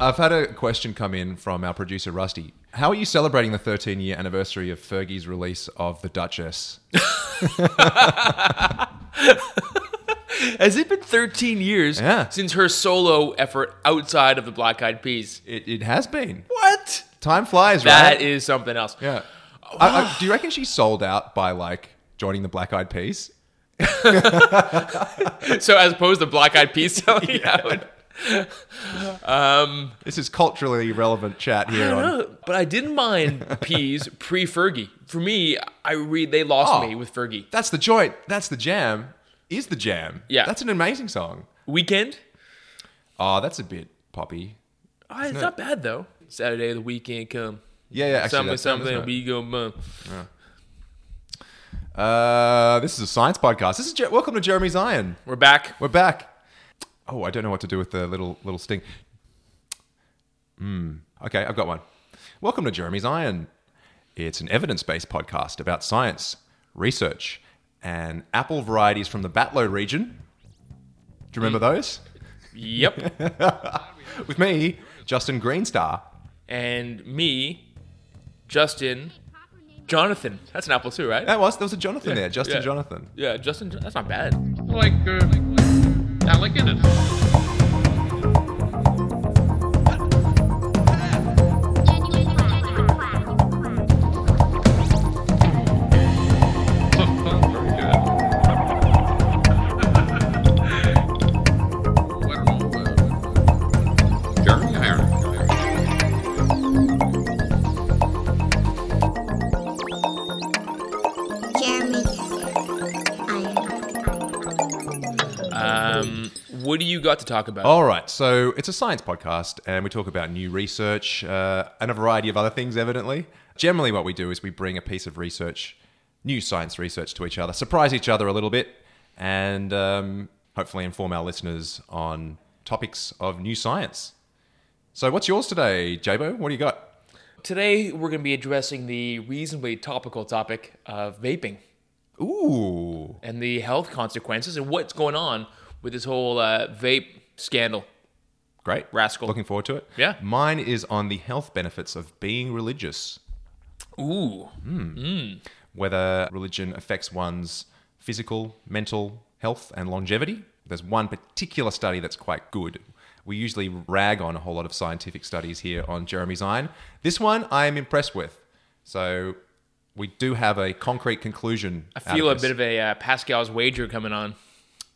I've had a question come in from our producer Rusty. How are you celebrating the 13 year anniversary of Fergie's release of The Duchess? Has it been 13 years Yeah. since her solo effort outside of the Black Eyed Peas? It, it has been. What? Time flies, That is right? something else. yeah. I, I, do you reckon she sold out by like joining the Black Eyed Peas? So as opposed to Black Eyed Peas selling out. This is culturally relevant chat I here. don't On, know, but I didn't mind Peas pre Fergie. For me, I read they lost Oh. me with Fergie. that's the joint. That's the jam. Is the jam? Yeah. That's an amazing song. Weekend? Oh, that's a bit poppy. Ah, it's not bad though. Saturday of the weekend come. Yeah, yeah. Actually, something, that's them, isn't something, it? we go mum. Uh, this is a science podcast. This is Je- welcome to Jeremy's Iron. We're back. We're back. Oh, I don't know what to do with the little little sting. Hmm. Okay, I've got one. Welcome to Jeremy's Iron. It's an evidence-based podcast about science, research, and apple varieties from the Batlow region. Do you remember those? Yep. With me, Justin Greenstar. and me, Justin, Jonathan. That's an apple too, right? That was there was a Jonathan there. Justin yeah. Jonathan. Yeah, Justin. That's not bad. like uh, Alec in it. Jeremy Irons. Jeremy. Iron. Um, what do you got to talk about? All right, so it's a science podcast, and we talk about new research uh, and a variety of other things, evidently. Generally, what we do is we bring a piece of research, new science research, to each other, surprise each other a little bit, and um, hopefully inform our listeners on topics of new science. So, what's yours today, Jabo? What do you got? Today we're going to be addressing the reasonably topical topic of vaping Ooh, and the health consequences and what's going on with this whole uh, vape scandal. great. Rascal. Looking forward to it. Yeah. Mine is on the health benefits of being religious. Ooh, whether religion affects one's physical, mental health, and longevity. There's one particular study that's quite good. We usually rag on a whole lot of scientific studies here on Jeremy's Iron. This one I am impressed with. So we do have a concrete conclusion. I feel a bit of a uh, Pascal's wager coming on.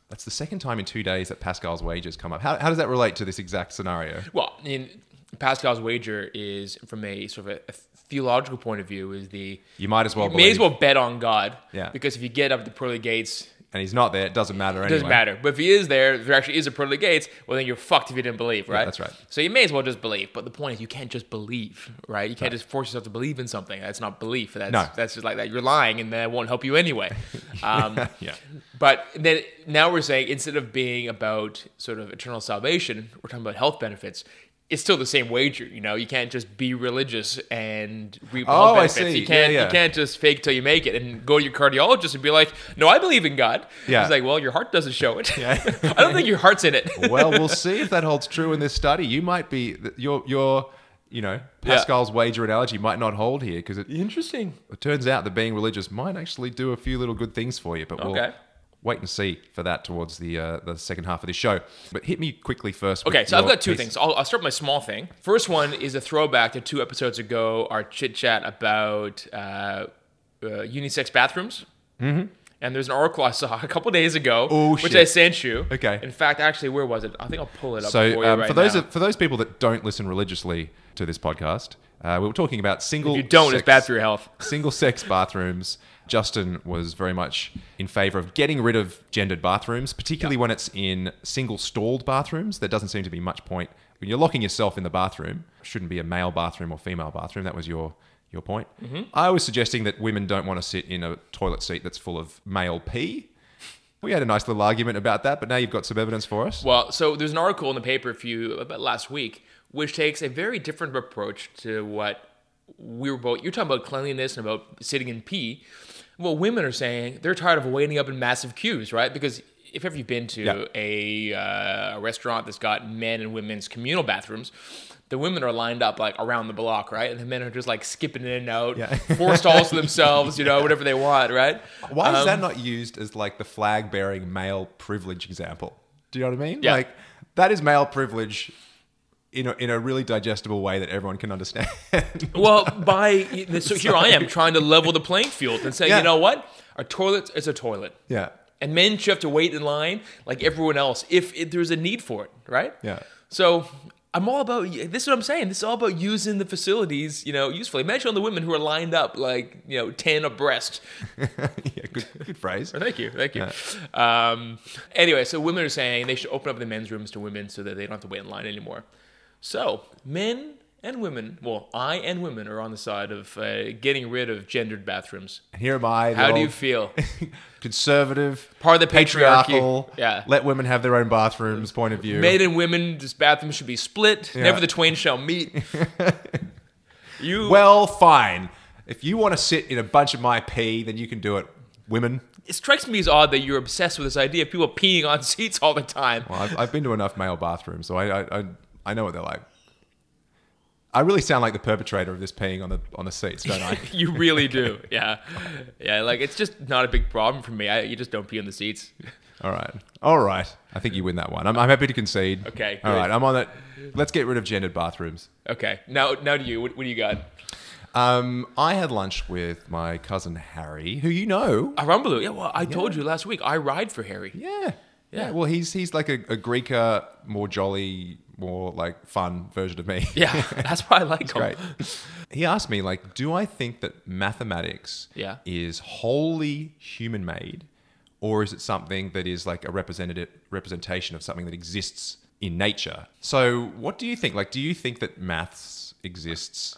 That's the second time in two days that Pascal's wages come up. How, how does that relate to this exact scenario? Well, in Pascal's wager is from a sort of a, a theological point of view is the You might as well you may as believe. well bet on God. Yeah. Because if you get up to pearly gates, And he's not there. It doesn't matter anyway. it doesn't matter. But if he is there, if there actually is a pearly gates, well then you're fucked if you didn't believe, right? that's right. So you may as well just believe. But the point is you can't just believe, right? You can't just force yourself to believe in something. That's not belief. That's No. that's just like that. You're lying and that won't help you anyway. Um, Yeah. But then now we're saying instead of being about sort of eternal salvation, we're talking about health benefits. It's still the same wager, you know. You can't just be religious and reap Oh, I health benefits. see. You can't Yeah, yeah. you can't just fake till you make it and go to your cardiologist and be like, "No, I believe in God." Yeah. He's like, "Well, your heart doesn't show it. I don't think your heart's in it." well, we'll see if that holds true in this study. You might be th- your your you know Pascal's wager analogy might not hold here because it, Interesting. it turns out that being religious might actually do a few little good things for you. But we'll Okay. wait and see for that towards the uh, the second half of this show. But hit me quickly first. with Okay, so I've your got two piece. things. I'll, I'll start with my small thing. First one is a throwback to two episodes ago, our chit chat about uh, uh, unisex bathrooms. Mm-hmm. And there's an article I saw a couple days ago, Oh, which shit. I sent you. Okay. In fact, actually, where was it? I think I'll pull it up for So you um, right for those now. for those people that don't listen religiously to this podcast, uh, we were talking about single. if you don't, sex- it's bad for your health. single sex bathrooms. Justin was very much in favor of getting rid of gendered bathrooms, particularly when it's in single stalled bathrooms. There doesn't seem to be much point when you're locking yourself in the bathroom. Shouldn't be a male bathroom or female bathroom. That was your your point. I was suggesting that women don't want to sit in a toilet seat that's full of male pee. We had a nice little argument about that, but now you've got some evidence for us. Well, so there's an article in the paper a few about last week, which takes a very different approach to what we were both. You're talking about cleanliness and about sitting in pee. Well, women are saying they're tired of waiting up in massive queues, right? Because if ever you've been to Yeah. a, uh, a restaurant that's got men and women's communal bathrooms, the women are lined up like around the block, right? And the men are just like skipping in and out, Yeah. four stalls to themselves, you know, whatever they want, right? Why is Um, that not used as like the flag bearing male privilege example? Do you know what I mean? Yeah. Like that is male privilege in a, in a really digestible way that everyone can understand. Well, by so here I am trying to level the playing field and say, Yeah. you know what, a toilet is a toilet, yeah. and men should have to wait in line like everyone else if, if there's a need for it, right? Yeah. So I'm all about this. Is what I'm saying. This is all about using the facilities, you know, usefully. Imagine all the women who are lined up like you know ten abreast. yeah, good, good phrase. Oh, Thank you, thank you. Um, anyway, so women are saying they should open up the men's rooms to women so that they don't have to wait in line anymore. So men and women, well, I and women are on the side of uh, getting rid of gendered bathrooms. And here am I. the How do you old feel? Conservative, Part of the patriarchy. patriarchal, Yeah. let women have their own bathrooms point of view. Men and women, this bathroom should be split. Yeah. Never the twain shall meet. you well, fine. If you want to sit in a bunch of my pee, then you can do it, women. it strikes me as odd that you're obsessed with this idea of people peeing on seats all the time. Well, I've, I've been to enough male bathrooms, so I, I, I, I know what they're like. I really sound like the perpetrator of this peeing on the on the seats, don't I? you really do. Yeah. Yeah. Like, it's just not a big problem for me. I, you just don't pee on the seats. All right, all right. I think you win that one. I'm, I'm happy to concede. Okay, All good. right, I'm on it. Let's get rid of gendered bathrooms. Okay. Now, now to you. What, what do you got? Um, I had lunch with my cousin Harry, who you know. A Rumbaloo. Yeah. Well, I told you last week. I ride for Harry. Yeah. Ah. Yeah. Well, he's he's like a, a Greeker, more jolly, more like fun version of me. Yeah. That's why I like him. Great. He asked me, like, do I think that mathematics Yeah. is wholly human made, or is it something that is like a representative representation of something that exists in nature? So what do you think? Like, do you think that maths exists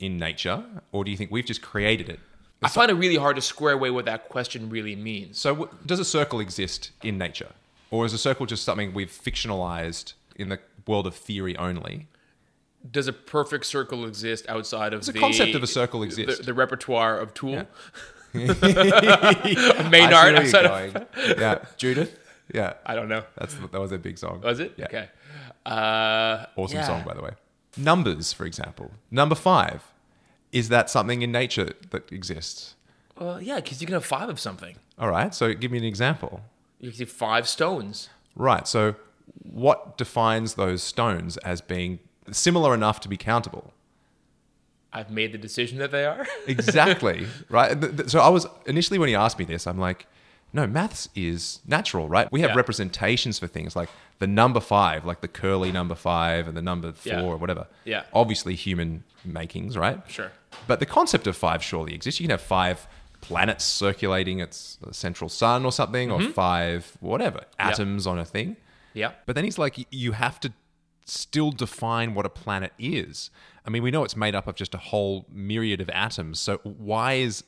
in nature, or do you think we've just created it? I find it really hard to square away what that question really means. So w- does a circle exist in nature? Or is a circle just something we've fictionalized in the world of theory only? Does a perfect circle exist outside of Does the the concept of a circle the, exist? the repertoire of Tool? I see Maynard where outside you're of. going. yeah, Judith. Yeah, I don't know. that's that was their big song. Was it? Yeah. Okay. Uh, Awesome yeah. song, by the way. Numbers, for example. Number five. Is that something in nature that exists? Well, yeah, because you can have five of something. All right, so give me an example. You can have five stones. Right, so what defines those stones as being similar enough to be countable? I've made the decision that they are. Exactly. right. Th- th- So I was initially when he asked me this, I'm like, no, maths is natural, right? We have Yeah. representations for things like the number five, like the curly number five and the number four Yeah. or whatever. Yeah. Obviously human makings, right? Sure. But the concept of five surely exists. You can have five planets circulating its central sun or something, or five whatever atoms on a thing. yeah. But then he's like, y- you have to still define what a planet is. I mean, we know it's made up of just a whole myriad of atoms. So why is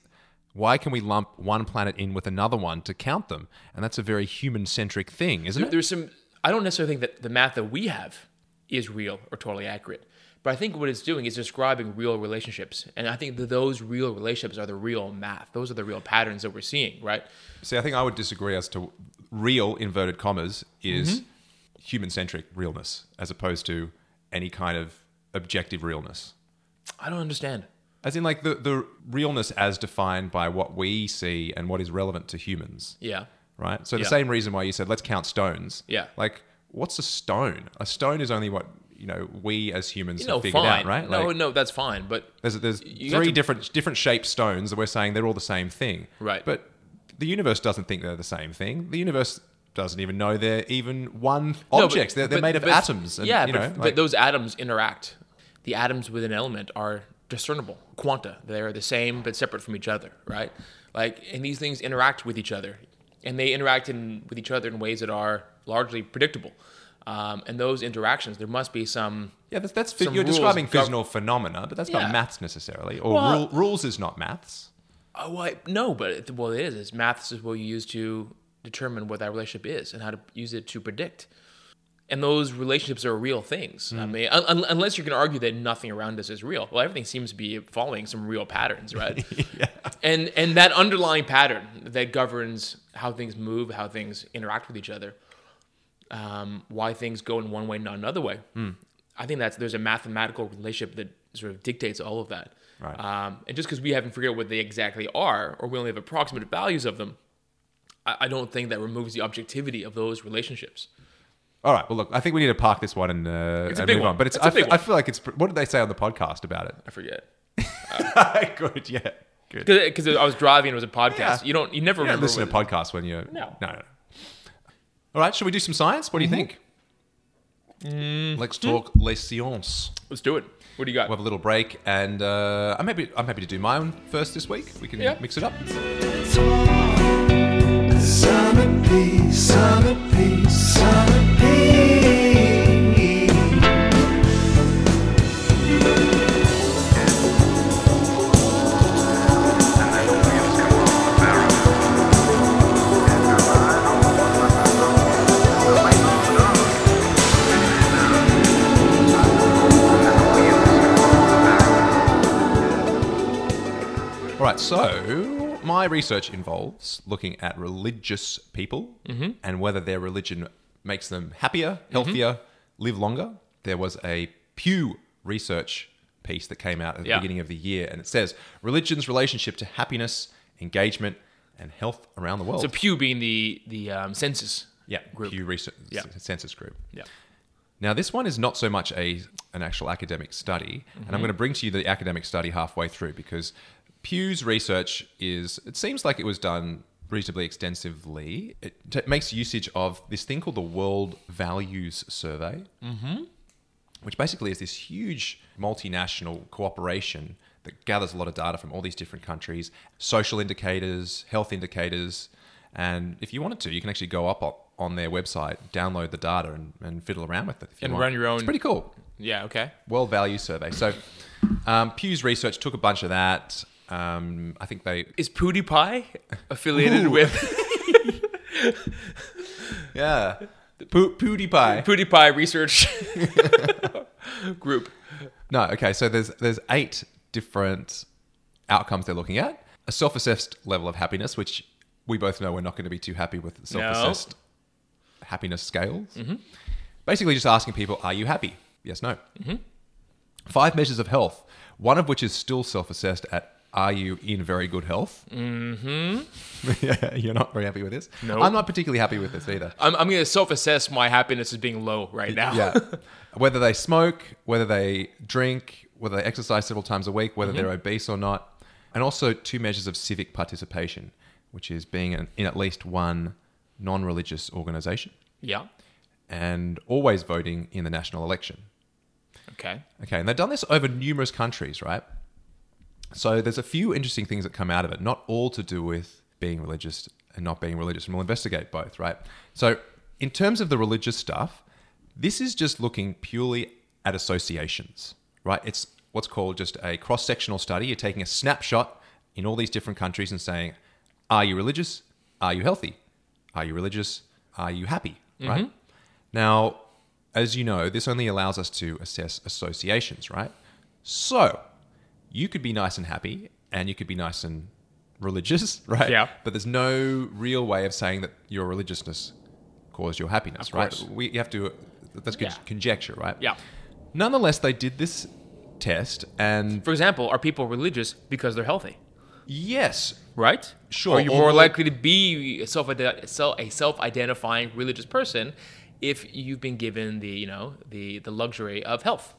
why can we lump one planet in with another one to count them? And that's a very human-centric thing, isn't it? There's some. I don't necessarily think that the math that we have is real or totally accurate, but I think what it's doing is describing real relationships, and I think that those real relationships are the real math. Those are the real patterns that we're seeing, right? See, I think I would disagree as to real inverted commas Mm-hmm. is human-centric realness as opposed to any kind of objective realness. I don't understand. As in like the, the realness as defined by what we see and what is relevant to humans. Yeah. right? So the Yeah. same reason why you said let's count stones. Yeah. Like what's a stone? A stone is only what you know we as humans You have know, figured fine. out, right? No, like, no, that's fine. But There's there's You have three to- different different shaped stones that we're saying they're all the same thing, Right. But the universe doesn't think they're the same thing. The universe doesn't even know they're even one No, but- objects. they're, they're but- made of but- atoms. And, yeah, you but, know, but like- those atoms interact. The atoms with an element are discernible quanta. They are the same but separate from each other, right? Like, and these things interact with each other, and they interact in, with each other in ways that are largely predictable. Um, and those interactions, there must be some. yeah, that's, that's fi- some you're rules describing gov- physical phenomena, but that's Yeah. not maths necessarily. Or Well- rule, rules is not maths. Oh, I, no, but it, well, it is. It's maths is what you use to determine what that relationship is and how to use it to predict. and those relationships are real things. I mean, un- un- unless you're going to argue that nothing around us is real. Well, everything seems to be following some real patterns, right? And and that underlying pattern that governs how things move, how things interact with each other, um, why things go in one way, not another way. I think that's there's a mathematical relationship that sort of dictates all of that. Right. Um, and just because we haven't figured out what they exactly are, or we only have approximate values of them, I, I don't think that removes the objectivity of those relationships. All right. Well, look, I think we need to park this one and, uh, a and big move one. on. But it's, It's a I big fe- one. I feel like it's. pr- What did they say on the podcast about it? I forget. Uh, Good. Yeah. Good. Because I was driving, it was a podcast. Yeah. You don't, you never You don't remember. listen to what- podcasts when you're No. no, no. All right, should we do some science? What do you think? Let's talk les sciences. Let's do it. What do you got? We'll have a little break, and uh, I'm happy. I'm happy to do mine first this week. We can Yeah. mix it up. Summer peace, summer peace, summer peace. All right. So my research involves looking at religious people Mm-hmm. and whether their religion makes them happier, healthier, Mm-hmm. live longer. There was a Pew research piece that came out at the Yeah. beginning of the year, and it says religion's relationship to happiness, engagement, and health around the world. so Pew being the the um, census. yeah, group. Pew research Yeah. census group. Yeah. Now, this one is not so much a an actual academic study, and I'm going to bring to you the academic study halfway through because Pew's research is it seems like it was done reasonably extensively. It t- makes usage of this thing called the World Values Survey, which basically is this huge multinational cooperation that gathers a lot of data from all these different countries, social indicators, health indicators. And if you wanted to, you can actually go up o- on their website, download the data, and, and fiddle around with it. If you And want. run your own- It's pretty cool. Yeah. Okay. World Value Survey. So um, Pew's research took a bunch of that. Um, I think they. Is PewDiePie affiliated with Yeah. Pew- PewDiePie. PewDiePie Research Group? No, okay. So there's there's eight different outcomes they're looking at. A self-assessed level of happiness, which we both know we're not going to be too happy with the self-assessed happiness scales. Basically, just asking people, "Are you happy?" Yes, no. Five measures of health, one of which is still self-assessed at. Are you in very good health? Mm-hmm. yeah, you're not very happy with this. Nope. I'm not particularly happy with this either. I'm, I'm going to self-assess my happiness as being low right now. Yeah. whether they smoke, whether they drink, whether they exercise several times a week, whether they're obese or not. And also two measures of civic participation, which is being in, in at least one non religious organization yeah. and always voting in the national election. Okay. Okay, and they've done this over numerous countries, right? So there's a few interesting things that come out of it, not all to do with being religious and not being religious, and we'll investigate both, right? So in terms of the religious stuff, this is just looking purely at associations, right? It's what's called just a cross-sectional study. You're taking a snapshot in all these different countries and saying, are you religious? Are you healthy? Are you religious? Are you happy? Right? Now, as you know, this only allows us to assess associations, right? So, you could be nice and happy, and you could be nice and religious, right? Yeah. But there's no real way of saying that your religiousness caused your happiness, Of right? course. We you have to that's con- Yeah. conjecture, right? Yeah. Nonetheless, they did this test, and For example, are people religious because they're healthy? yes, Right. Sure, Are you or- more likely to be a self a self-identifying religious person if you've been given the you know the the luxury of health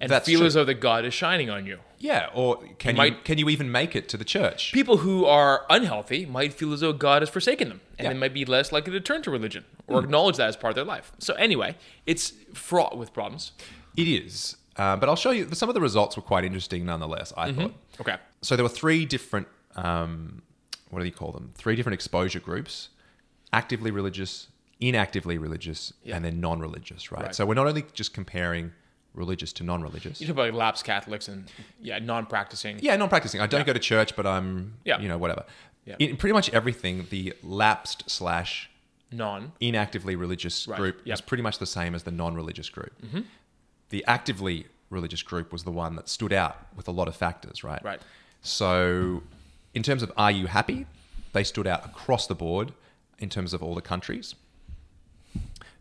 and That's feel true. as though the God is shining on you? yeah. Or can you, Might- can you even make it to the church? People who are unhealthy might feel as though God has forsaken them, and Yeah. Hmm. they might be less likely to turn to religion or acknowledge that as part of their life. So anyway, it's fraught with problems. It is, uh, but I'll show you. Some of the results were quite interesting, nonetheless. I Mm-hmm. thought. Okay. so there were three different um, what do you call them three different exposure groups actively religious inactively religious and then non-religious right? Right. so we're not only just comparing religious to non-religious You talk about like lapsed Catholics and yeah, non-practicing. yeah non-practicing i don't go to church but i'm Yeah. you know whatever Yeah. in pretty much everything the lapsed slash non. inactively religious Right, group yep. was pretty much the same as the non-religious group. The actively religious group was the one that stood out with a lot of factors, right? Right. So, in terms of are you happy, they stood out across the board in terms of all the countries.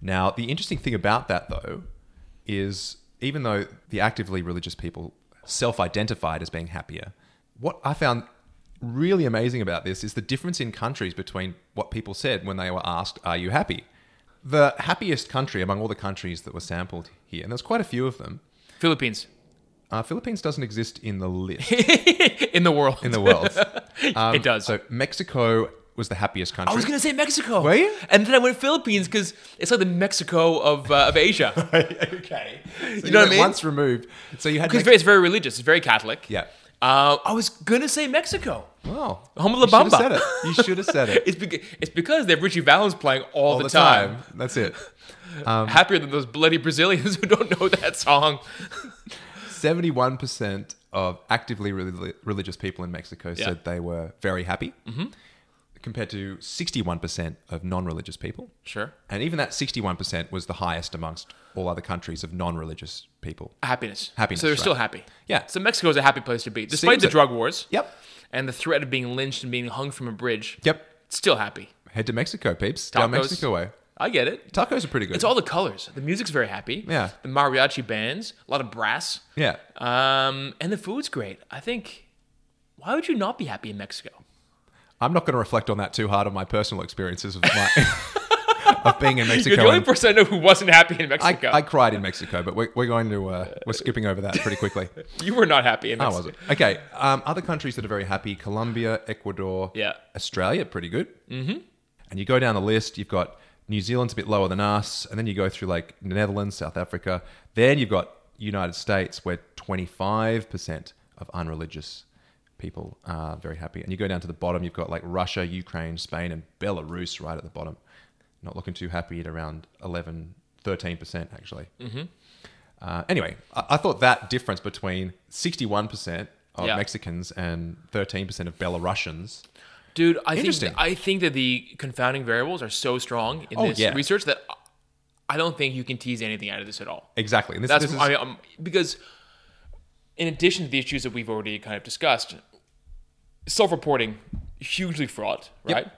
Now, the interesting thing about that though is even though the actively religious people self-identified as being happier, what I found really amazing about this is the difference in countries between what people said when they were asked, "Are you happy?" The happiest country among all the countries that were sampled here, and there's quite a few of them. Philippines Uh, Philippines doesn't exist in the list in the world. in the world. it does. So Mexico was the happiest country. Uh, I was gonna say Mexico. Were you? And then I went Philippines because it's like the Mexico of uh, of Asia. okay. you know what I went mean? Once removed. So you had Because Mex- it's very religious. It's very Catholic. yeah. Uh, I was gonna say Mexico. Wow. Home of You La should have Bamba. said it. You should have said it. It's, beca- it's because they have Richie Valens playing all, all Um, the, time. That's it. Happier than those bloody Brazilians who don't know that song. Seventy-one percent of actively reli- religious people in Mexico Yeah. Mm-hmm. said they were very happy, compared to sixty-one percent of non-religious people. Sure. And even that sixty-one percent was the highest amongst all other countries of non-religious people. Happiness. Happiness, So they're right. still happy. Yeah. So Mexico is a happy place to be, despite Seems the it. drug wars. Yep. And the threat of being lynched and being hung from a bridge. Yep. It's still happy. Head to Mexico, peeps. Down Tacos. Mexico way. I get it. Tacos are pretty good. It's all the colors. The music's very happy. Yeah. The mariachi bands, a lot of brass. yeah. Um, and the food's great. I think. Why would you not be happy in Mexico? I'm not going to reflect on that too hard on my personal experiences of my of being in Mexico. You're the only and- person I know who wasn't happy in I, Mexico. I cried in Mexico, but we're, we're going to uh, we're skipping over that pretty quickly. you were not happy in I Mexico. wasn't. Oh, Okay, um, other countries that are very happy: Colombia, Ecuador, Yeah. Australia, pretty good. Mm-hmm. And you go down the list. You've got New Zealand's a bit lower than us, and then you go through like Netherlands, South Africa. Then you've got United States, where twenty five percent of unreligious people are very happy. And you go down to the bottom. You've got like Russia, Ukraine, Spain, and Belarus right at the bottom. Not looking too happy at around 11, 13 percent actually. Uh, anyway, I, I thought that difference between 61% of Yeah. Mexicans and 13% of Belarusians. Dude, I Interesting. think I think that the confounding variables are so strong in Oh, this yeah. research that I don't think you can tease anything out of this at all. Exactly. And this, That's this is, I mean, um, because in addition to the issues that we've already kind of discussed, self-reporting hugely fraught, right?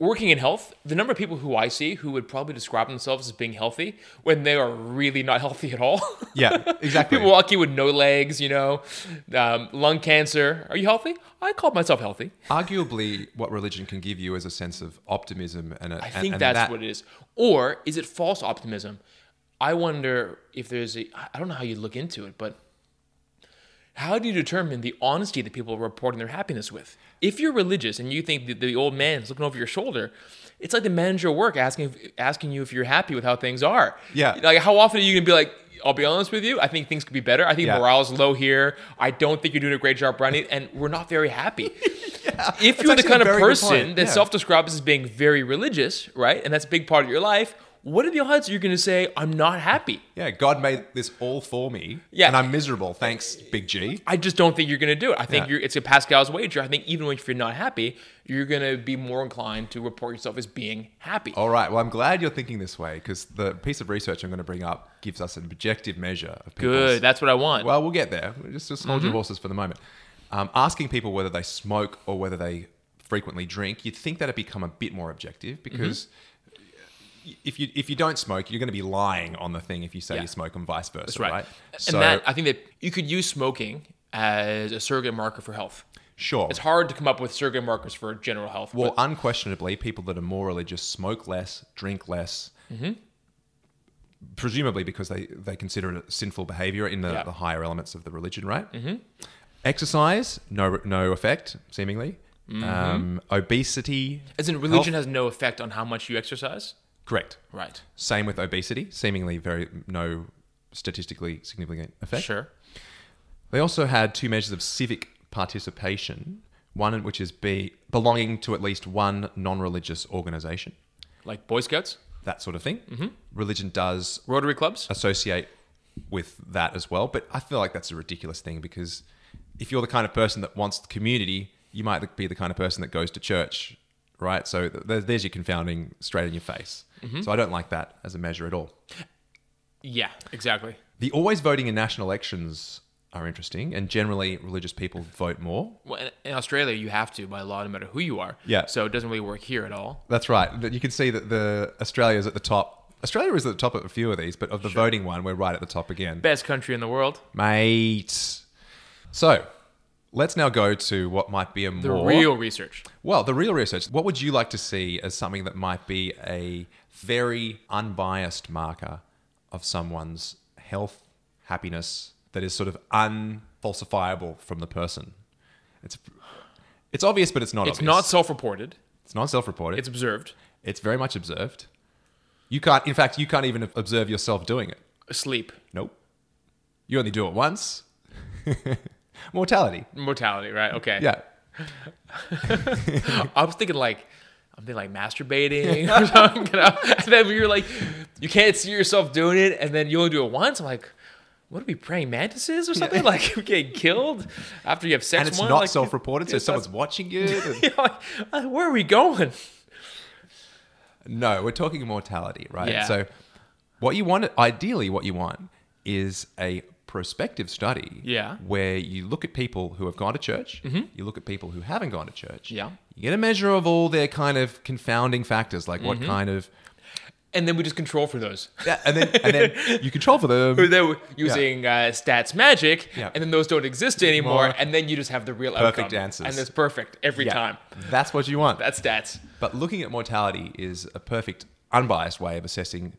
Working in health, the number of people who I see who would probably describe themselves as being healthy when they are really not healthy at all. yeah, exactly. People walking with no legs, you know, um, lung cancer. Are you healthy? I called myself healthy. Arguably, what religion can give you is a sense of optimism and a, I think that's what it is. Or is it false optimism? I wonder if there's a. I don't know how you look into it, but how do you determine the honesty that people are reporting their happiness with? If you're religious and you think that the old man's looking over your shoulder, it's like the manager at work asking asking you if you're happy with how things are. Yeah. Like how often are you gonna be like? I'll be honest with you. I think things could be better. I think Yeah. morale's low here. I don't think you're doing a great job running, and we're not very happy. If you're actually a the kind of very good person point. that Yeah. self describes as being very religious, right, and that's a big part of your life, what are the odds you're going to say, I'm not happy? Yeah, God made this all for me. Yeah. And I'm miserable. Thanks, Big G. I just don't think you're going to do it. I think Yeah. you're, it's a Pascal's wager. I think even if you're not happy, you're going to be more inclined to report yourself as being happy. All right. Well, I'm glad you're thinking this way because the piece of research I'm going to bring up gives us an objective measure of people's Good. That's what I want. Well, we'll get there. We'll Just, just hold Mm-hmm. your horses for the moment. Um, asking people whether they smoke or whether they frequently drink, you'd think that'd become a bit more objective because if you if you don't smoke, you're going to be lying on the thing if you say Mm-hmm. Yeah. you smoke and vice versa, That's right? right. And that, uh, I think that you could use smoking as a surrogate marker for health. sure. It's hard to come up with surrogate markers for general health. Well, but unquestionably, people that are more religious smoke less, drink less, Mm-hmm. presumably because they, they consider it sinful behavior in the, Yeah. the higher elements of the religion, right? Mm-hmm. Exercise, no no effect, seemingly. Mm-hmm. Um, obesity, as in, religion has no effect on how much you exercise. correct. Right. Same with obesity, seemingly very no statistically significant effect. Sure. They also had two measures of civic participation. One which is be belonging to at least one non-religious organization. Like Boy Scouts, that sort of thing. Religion does Rotary clubs. associate with that as well, but I feel like that's a ridiculous thing because if you're the kind of person that wants the community, you might be the kind of person that goes to church right? So th- th- there's your confounding straight in your face. So I don't like that as a measure at all. Yeah, exactly. The always voting in national elections are interesting, and generally religious people vote more. Well, in- in Australia, you have to by law, no matter who you are. Yeah. So it doesn't really work here at all. That's right. That You can see that the Australia is at the top. Australia is at the top of a few of these, but of the voting one, we're right at the top again. Best country in the world. Mate. So let's now go to what might be a The more real research. Well, the real research. What would you like to see as something that might be a very unbiased marker of someone's health, happiness that is sort of unfalsifiable from the person? It's it's obvious, but it's not. It's obvious. not self-reported. It's not self-reported. It's It's observed. it's very much observed. You can't. In fact, you can't even observe yourself doing it. Sleep, Nope. You only do it once. Mortality. mortality. Right. Okay. Yeah. I was thinking like. I'm thinking like masturbating or something, you know? and then you're like, you can't see yourself doing it, and then you only do it once. I'm like, what are we praying mantises or something? Like, you getting killed after you have sex. And it's one? not Like, self-reported, so it's someone's watching you. you know, like, uh, where are we going? No, we're talking mortality, right? Yeah. So, what you want, ideally, what you want is a prospective study Yeah. Mm-hmm. where you look at people who have gone to church, you look at people who haven't gone to church. Yeah. You get a measure of all their kind of confounding factors, like Mm-hmm. what kind of. And then we just control for those. Yeah, and then, and then you control for them. But then we're using uh, stats magic, Yeah. and then those don't exist anymore, More. and then you just have the real Perfect outcome. answers. and it's perfect every Yeah. time. That's what you want. That's stats. But looking at mortality is a perfect, unbiased way of assessing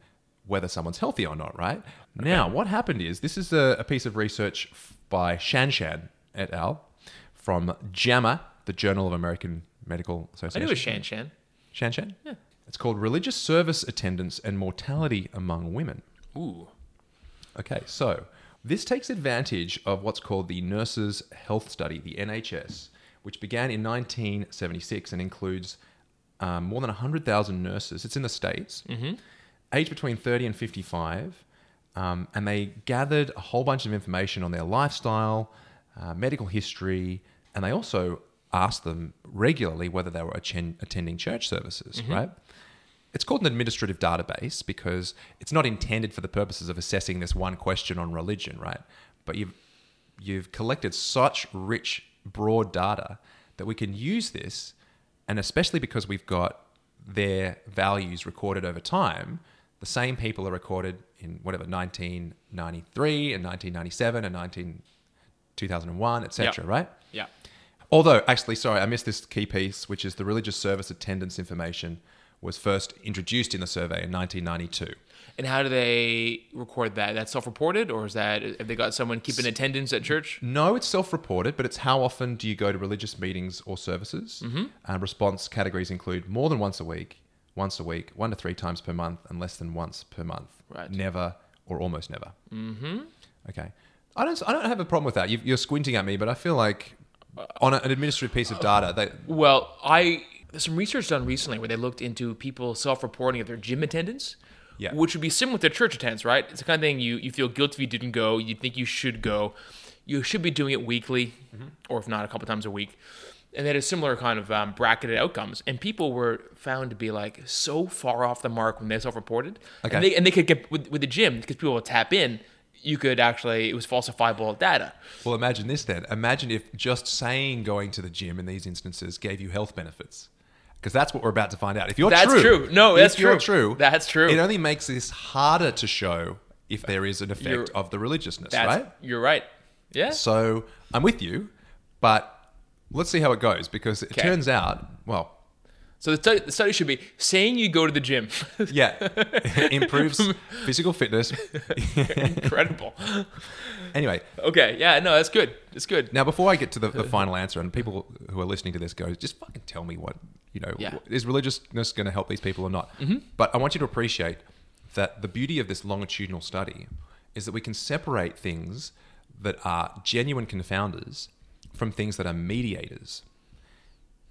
whether someone's healthy or not, right? Now, what happened is this is a, a piece of research f- by Shanshan et al. from JAMA, the Journal of American Medical I Association. knew it was Shan Shan. Shanshan? Yeah. It's called Religious Service Attendance and Mortality Among Women. Ooh, Okay, so this takes advantage of what's called the Nurses Health Study, the NHS, which began in 1976 and includes um, more than 100,000 nurses. It's in the States, mm-hmm. aged between 30 and 55. Um, and they gathered a whole bunch of information on their lifestyle, uh, medical history, and they also asked them regularly whether they were atten- attending church services, right? It's called an administrative database because it's not intended for the purposes of assessing this one question on religion, right? But you've you've collected such rich, broad data that we can use this, and especially because we've got their values recorded over time. The same people are recorded in whatever 1993 and 1997 and 19, 2001, etc. Yeah. Right? yeah. Although, actually, sorry, I missed this key piece, which is the religious service attendance information was first introduced in the survey in 1992. And how do they record that? That's self-reported, or is that have they got someone keeping attendance at church? No, it's self reported, but it's how often do you go to religious meetings or services? Mm-hmm. Uh, response categories include more than once a week, once a week, one to three times per month, and less than once per month. Right. Never or almost never. Mm-hmm. Okay. I don't, I don't have a problem with that. you you're squinting at me, but I feel like on a, an administrative piece of data, they, Well, I there's some research done recently where they looked into people self-reporting of their gym attendance. Yeah. Which would be similar to church attendance, right? It's the kind of thing you, you feel guilty if you didn't go. You think you should go. You should be doing it weekly, Mm-hmm. or if not, a couple times a week. And they had a similar kind of um, bracketed outcomes. And people were found to be like so far off the mark when they self-reported. Okay. And they, and they could get with, with the gym because people would tap in. You could actually it was falsifiable data. Well, imagine this then. Imagine if just saying going to the gym in these instances gave you health benefits. Because that's what we're about to find out. If you're That's true, true. No, if that's you're true. true. That's true. It only makes this harder to show if there is an effect You're- of the religiousness, That's right? You're right. Yeah. So I'm with you, but let's see how it goes because it Okay. turns out, well, So the study, the study should be saying you go to the gym. yeah, improves physical fitness. Incredible. anyway, Okay. Yeah. No, that's good. That's good. Now, before I get to the, the final answer, and people who are listening to this go, just fucking tell me what, you know, Yeah. Mm-hmm. is religiousness going to help these people or not? But I want you to appreciate that the beauty of this longitudinal study is that we can separate things that are genuine confounders from things that are mediators.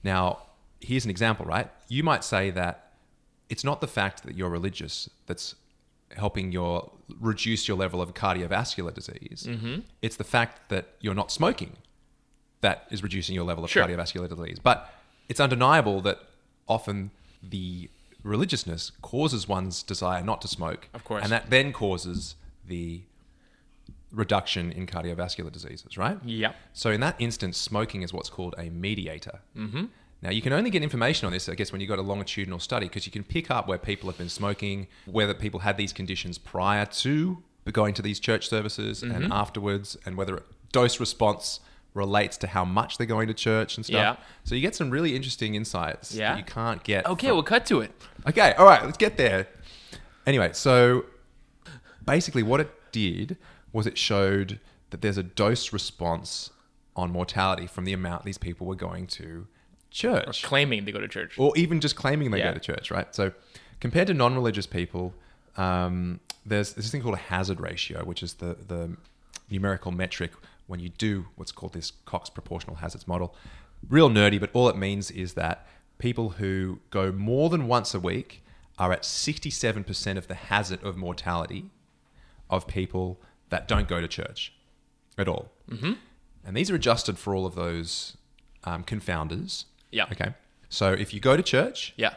Now, here's an example, right? You might say that it's not the fact that you're religious that's helping your reduce your level of cardiovascular disease. Mm-hmm. It's the fact that you're not smoking that is reducing your level of Sure. cardiovascular disease. But it's undeniable that often the religiousness causes one's desire not to smoke. Of course. And that then causes the reduction in cardiovascular diseases, right? Yep. So in that instance, smoking is what's called a mediator. Mm-hmm. Now you can only get information on this, I guess, when you've got a longitudinal study, because you can pick up where people have been smoking, whether people had these conditions prior to going to these church services Mm-hmm. and afterwards, and whether dose response relates to how much they're going to church and stuff. Yeah. So you get some really interesting insights Yeah. that you can't get. Okay, from- we'll cut to it. Okay, all right, let's get there. Anyway, so basically, what it did was it showed that there's a dose response on mortality from the amount these people were going to church, Claiming to go to church. or even just claiming they Yeah. go to church, right? So, compared to non-religious people, um, there's this thing called a hazard ratio, which is the the numerical metric when you do what's called this Cox proportional hazards model. Real nerdy, but all it means is that people who go more than once a week are at 67% of the hazard of mortality of people that don't go to church at all. Mm-hmm. And these are adjusted for all of those um, confounders. Yeah. Okay. So if you go to church, Yeah.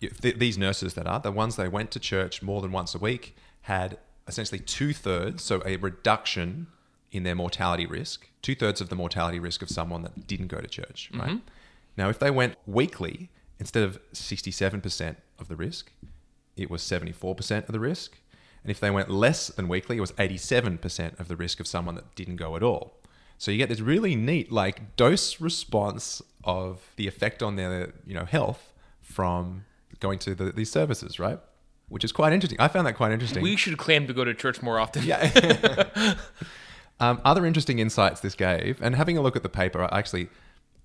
if th- these nurses that are the ones they went to church more than once a week had essentially two thirds, so a reduction in their mortality risk, two thirds of the mortality risk of someone that didn't go to church. Right now, if they went weekly instead of sixty-seven percent of the risk, it was seventy-four percent of the risk, and if they went less than weekly, it was eighty-seven percent of the risk of someone that didn't go at all. So you get this really neat like dose response of the effect on their you know health from going to the, these services, right? Which is quite interesting. I found that quite interesting. We should claim to go to church more often. yeah. um, other interesting insights this gave, and having a look at the paper, I actually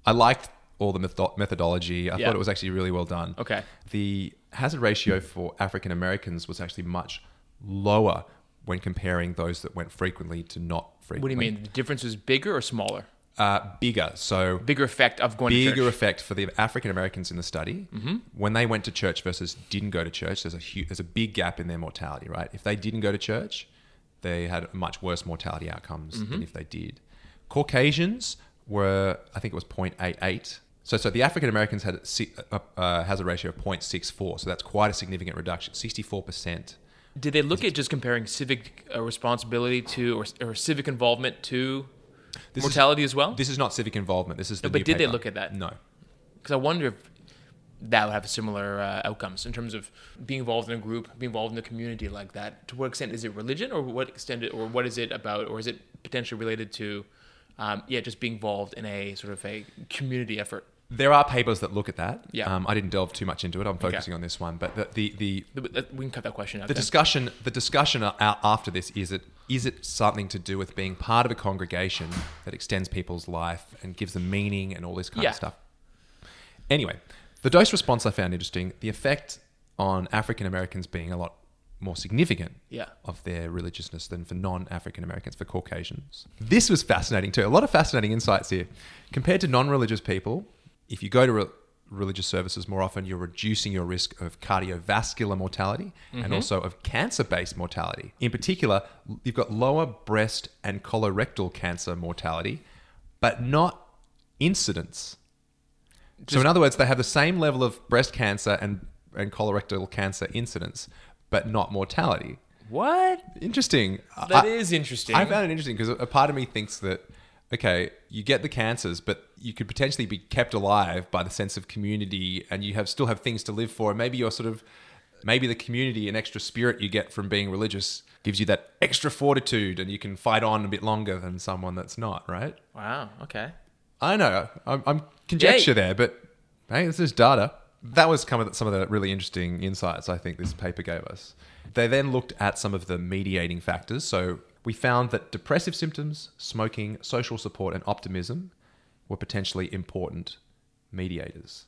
I liked all the metho- methodology. I Yeah. thought it was actually really well done. Okay. The hazard ratio for African Americans was actually much lower when comparing those that went frequently to not What do frequently. you mean? The difference is bigger or smaller? Uh, bigger. So Bigger effect of going to bigger church. Mm-hmm. effect for the African Americans in the study when they went to church versus didn't go to church. There's a huge, there's a big gap in their mortality, right? If they didn't go to church, they had much worse mortality outcomes Mm-hmm. than if they did. Caucasians were, I think it was 0.88. So, so the African Americans had a, si- uh, uh, has a ratio of 0.64. So that's quite a significant reduction, 64%. Did they look at just comparing civic uh, responsibility to or, or civic involvement to This mortality as well? Is, this is not civic involvement. This is the No, but new did they paper. look at that? No. Because I wonder if that would have similar uh, outcomes in terms of being involved in a group, being involved in a community like that. To what extent is it religion, or what extent, or what is it about, or is it potentially related to, um, yeah, just being involved in a sort of a community effort? There are papers that look at that. Yeah. Um, I didn't delve too much into it. I'm focusing on this one. But the, the, the Th- th- We can cut that question out. the then. discussion the discussion a- a- after this is it is it something to do with being part of a congregation that extends people's life and gives them meaning and all this kind Yeah. of stuff anyway the dose response i found interesting the effect on african americans being a lot more significant Yeah. of their religiousness than for non-african americans for caucasians this was fascinating too a lot of fascinating insights here compared to non-religious people if you go to re- religious services more often you're reducing your risk of cardiovascular mortality and also of cancer-based mortality in particular l- you've got lower breast and colorectal cancer mortality but not incidence so, in other words, they have the same level of breast cancer and, and colorectal cancer incidence, but not mortality. what? Interesting. That I- is interesting. I found it interesting because a part of me thinks that, okay, you get the cancers, but you could potentially be kept alive by the sense of community and you have still have things to live for. And maybe you're sort of, maybe the community and extra spirit you get from being religious gives you that extra fortitude and you can fight on a bit longer than someone that's not, right? wow. Okay. I know. I'm, I'm conjecture Yay. there, but hey, this is data. That was kind of some of the really interesting insights I think this paper gave us. They then looked at some of the mediating factors. So we found that depressive symptoms, smoking, social support, and optimism were potentially important mediators.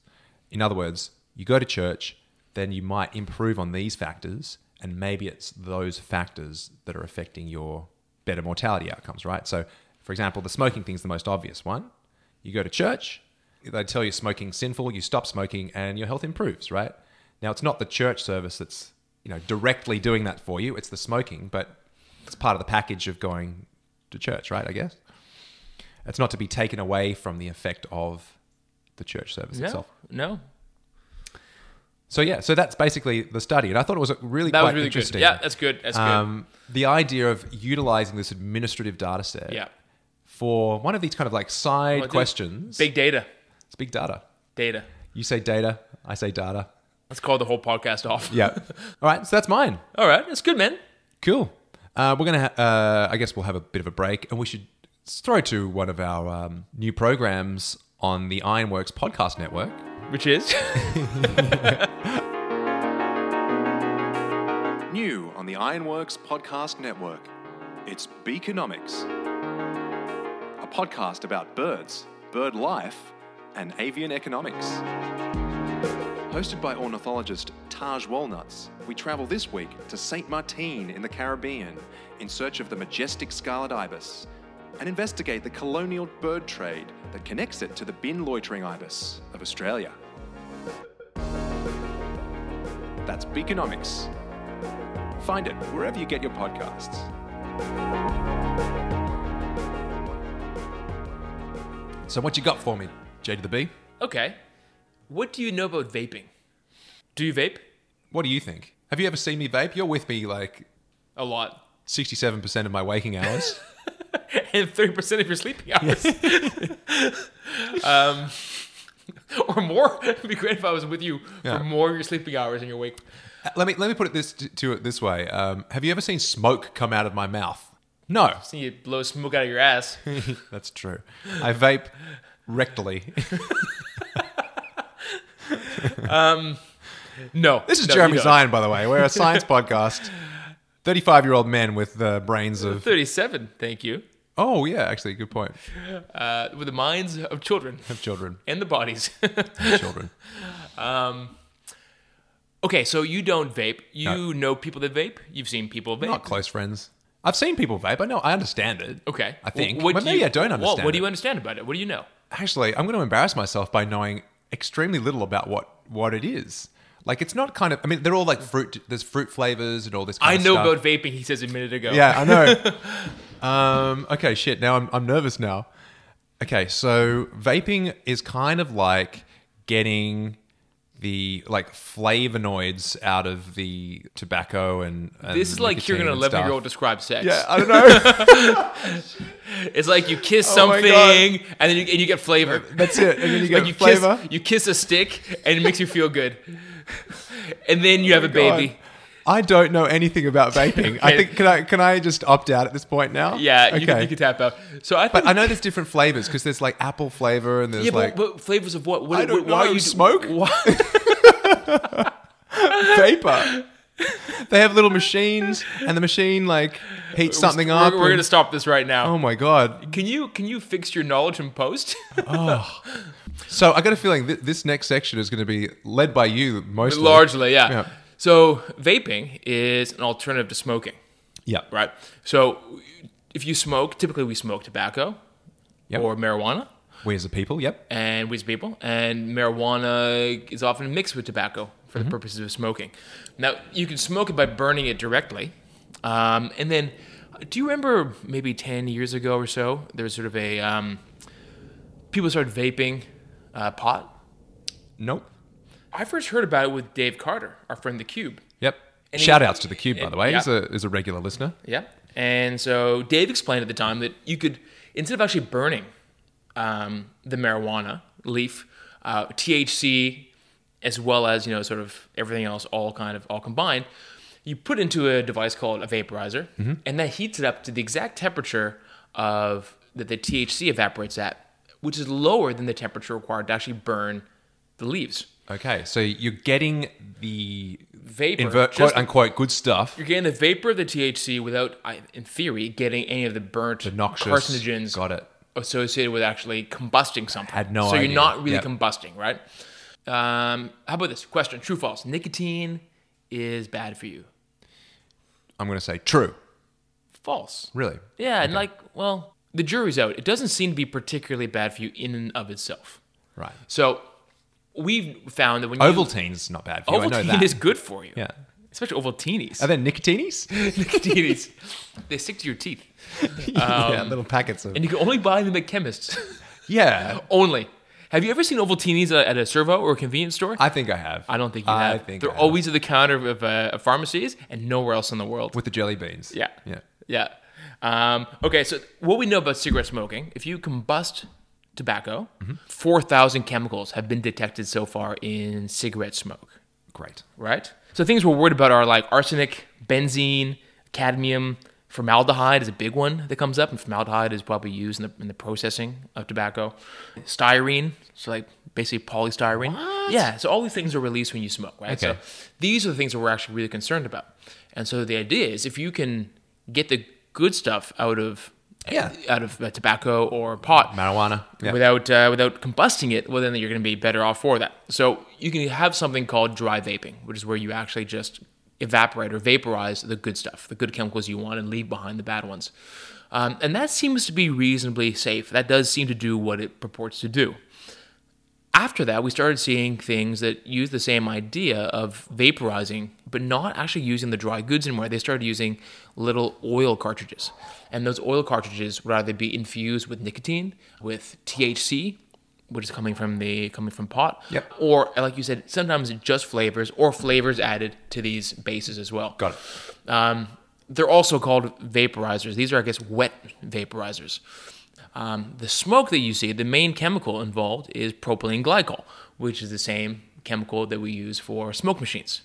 In other words, you go to church, then you might improve on these factors, and maybe it's those factors that are affecting your better mortality outcomes, right? So, for example, the smoking thing's the most obvious one. You go to church, they tell you smoking's sinful, you stop smoking, and your health improves, right? Now, it's not the church service that's you know directly doing that for you; it's the smoking, but it's part of the package of going to church, right? I guess it's not to be taken away from the effect of the church service No. itself. No. So yeah, so that's basically the study, and I thought it was a really That quite was really good. interesting. Yeah, that's good. That's Um, the idea of utilizing this administrative data set good. Yeah. for one of these kind of like side Well, dude, questions. Big data. it's big data. Data. You say data, I say data. Let's call the whole podcast off. Yeah. All right, so that's mine. All right. That's good, man. Cool. Uh, we're gonna. Ha- uh, I guess we'll have a bit of a break, and we should s- throw to one of our um, new programs on the Ironworks Podcast Network. Which is New on the Ironworks Podcast Network. It's Beaconomics, a podcast about birds, bird life, and avian economics. Hosted by ornithologist Taj Walnuts, we travel this week to St. Martin in the Caribbean in search of the majestic scarlet ibis and investigate the colonial bird trade that connects it to the bin loitering ibis of Australia. That's Beaconomics. Find it wherever you get your podcasts. So, what you got for me, J to the B? okay. What do you know about vaping? Do you vape? What do you think? Have you ever seen me vape? You're with me like A lot. 67% of my waking hours. and thirty percent of your sleeping hours. um, or more. It'd be great if I was with you Yeah. for more of your sleeping hours and your wake. Uh, let me let me put it this to it this way. Um, have you ever seen smoke come out of my mouth? No, So you blow smoke out of your ass. that's true. I vape rectally. No. This is no, you Jeremy don't. Zion, by the way. We're a science podcast. 35 year old men with the brains of. Thirty-seven. Thank you. Oh, yeah, actually, good point. Uh, with the minds of children Have children. and the bodies. Have children. okay, so you don't vape. You know people that vape. You've seen people vape. Not close friends. I've seen people vape. I know. I understand it. Okay. I think. What But do maybe you- I don't well, understand. what do you it. understand about it? What do you know? Actually, I'm going to embarrass myself by knowing extremely little about what what it is. Like, it's not kind of. I mean, they're all like fruit. There's fruit flavors and all this. Kind I of know stuff. about vaping. He says a minute ago. Yeah, I know. um, okay, shit. Now I'm, I'm nervous now. Okay, so vaping is kind of like getting the like flavonoids out of the tobacco and, and This is like hearing an nicotine and 11 year stuff. old describe sex. Yeah, I don't know. It's like you kiss Oh my something God. and then you, and you get flavor. That's it. And then you get like you flavor. kiss you kiss a stick and it makes you feel good. And then you have a baby. Oh God. I don't know anything about vaping. I Okay. think can I can I just opt out at this point now? Yeah, okay. you, can, you can tap out. So I think but I know there's different flavors because there's like apple flavor and there's yeah, like but, but flavors of what? what I don't what, why know, are you smoke? Why, vapor. they have little machines, and the machine like heats something we're, up. We're and- gonna stop this right now. Oh my god! Oh. Can you can you fix your knowledge in post? So I got a feeling th- this next section is going to be led by you mostly. Largely, yeah. Yeah. So vaping is an alternative to smoking, yeah, right? So if you smoke, typically we smoke tobacco Yep. or marijuana. We as a people, yep, and we as people, and marijuana is often mixed with tobacco for the purposes of smoking. Now, you can smoke it by burning it directly. Um, and then, do you remember maybe 10 years ago or so, there was sort of a um, people started vaping uh, pot? nope, I first heard about it with Dave Carter, our friend The Cube. yep. And he- Shout outs to the cube, by the way. Yeah. He's a is a regular listener. Yeah. And so Dave explained at the time that you could, instead of actually burning um, the marijuana leaf, uh, THC, as well as you know, sort of everything else, all kind of all combined, you put into a device called a vaporizer, Mm-hmm. and that heats it up to the exact temperature of that the THC evaporates at, which is lower than the temperature required to actually burn the leaves. Okay, so you're getting the Vapor, invert just- quote unquote good stuff. You're getting the vapor of the THC without, I- in theory, getting any of the burnt noxious. carcinogens Got it. associated with actually combusting something. Had no so idea. you're not really Yep. combusting, right? Um, how about this question? True, false. Nicotine is bad for you. I'm going to say true. False. Really? Yeah, and like, well, the jury's out. It doesn't seem to be particularly bad for you in and of itself. Right. So we've found that when you Ovaltine's not bad for you. I know Ovaltine that. is good for you. Yeah. Especially Ovaltinis. Are there nicotinis? Nicotinis. they stick to your teeth. yeah, little packets of. And Um, you can only buy them at chemists. yeah, only. Have you ever seen Ovaltinis uh, at a servo or a convenience store? I think I have. I don't think you I have. think They're I have. always at the counter of, uh, of pharmacies and nowhere else in the world. with the jelly beans. Yeah. yeah. Yeah. Um, okay, so what we know about cigarette smoking, if you combust tobacco, Mm-hmm. 4,000 chemicals have been detected so far in cigarette smoke, Great. right? So things we're worried about are like arsenic, benzene, cadmium, formaldehyde is a big one that comes up, and formaldehyde is probably used in the, in the processing of tobacco. Styrene, so like basically polystyrene. Yeah, so all these things are released when you smoke, right? Okay. So these are the things that we're actually really concerned about. And so the idea is if you can get the good stuff out of Yeah. out of uh, tobacco or pot Marijuana. Yeah. without uh, without combusting it, well then you're going to be better off for that. So you can have something called dry vaping, which is where you actually just evaporate or vaporize the good stuff, the good chemicals you want, and leave behind the bad ones. Um, and that seems to be reasonably safe. That does seem to do what it purports to do after that, we started seeing things that use the same idea of vaporizing, but not actually using the dry goods anymore. They started using little oil cartridges. And those oil cartridges would either be infused with nicotine, with THC, which is coming from the coming from pot. Yep. Or like you said, sometimes just flavors or flavors added to these bases as well. Got it. Um, they're also called vaporizers. These are, I guess, wet vaporizers. Um, the smoke that you see, the main chemical involved is propylene glycol, which is the same chemical that we use for smoke machines.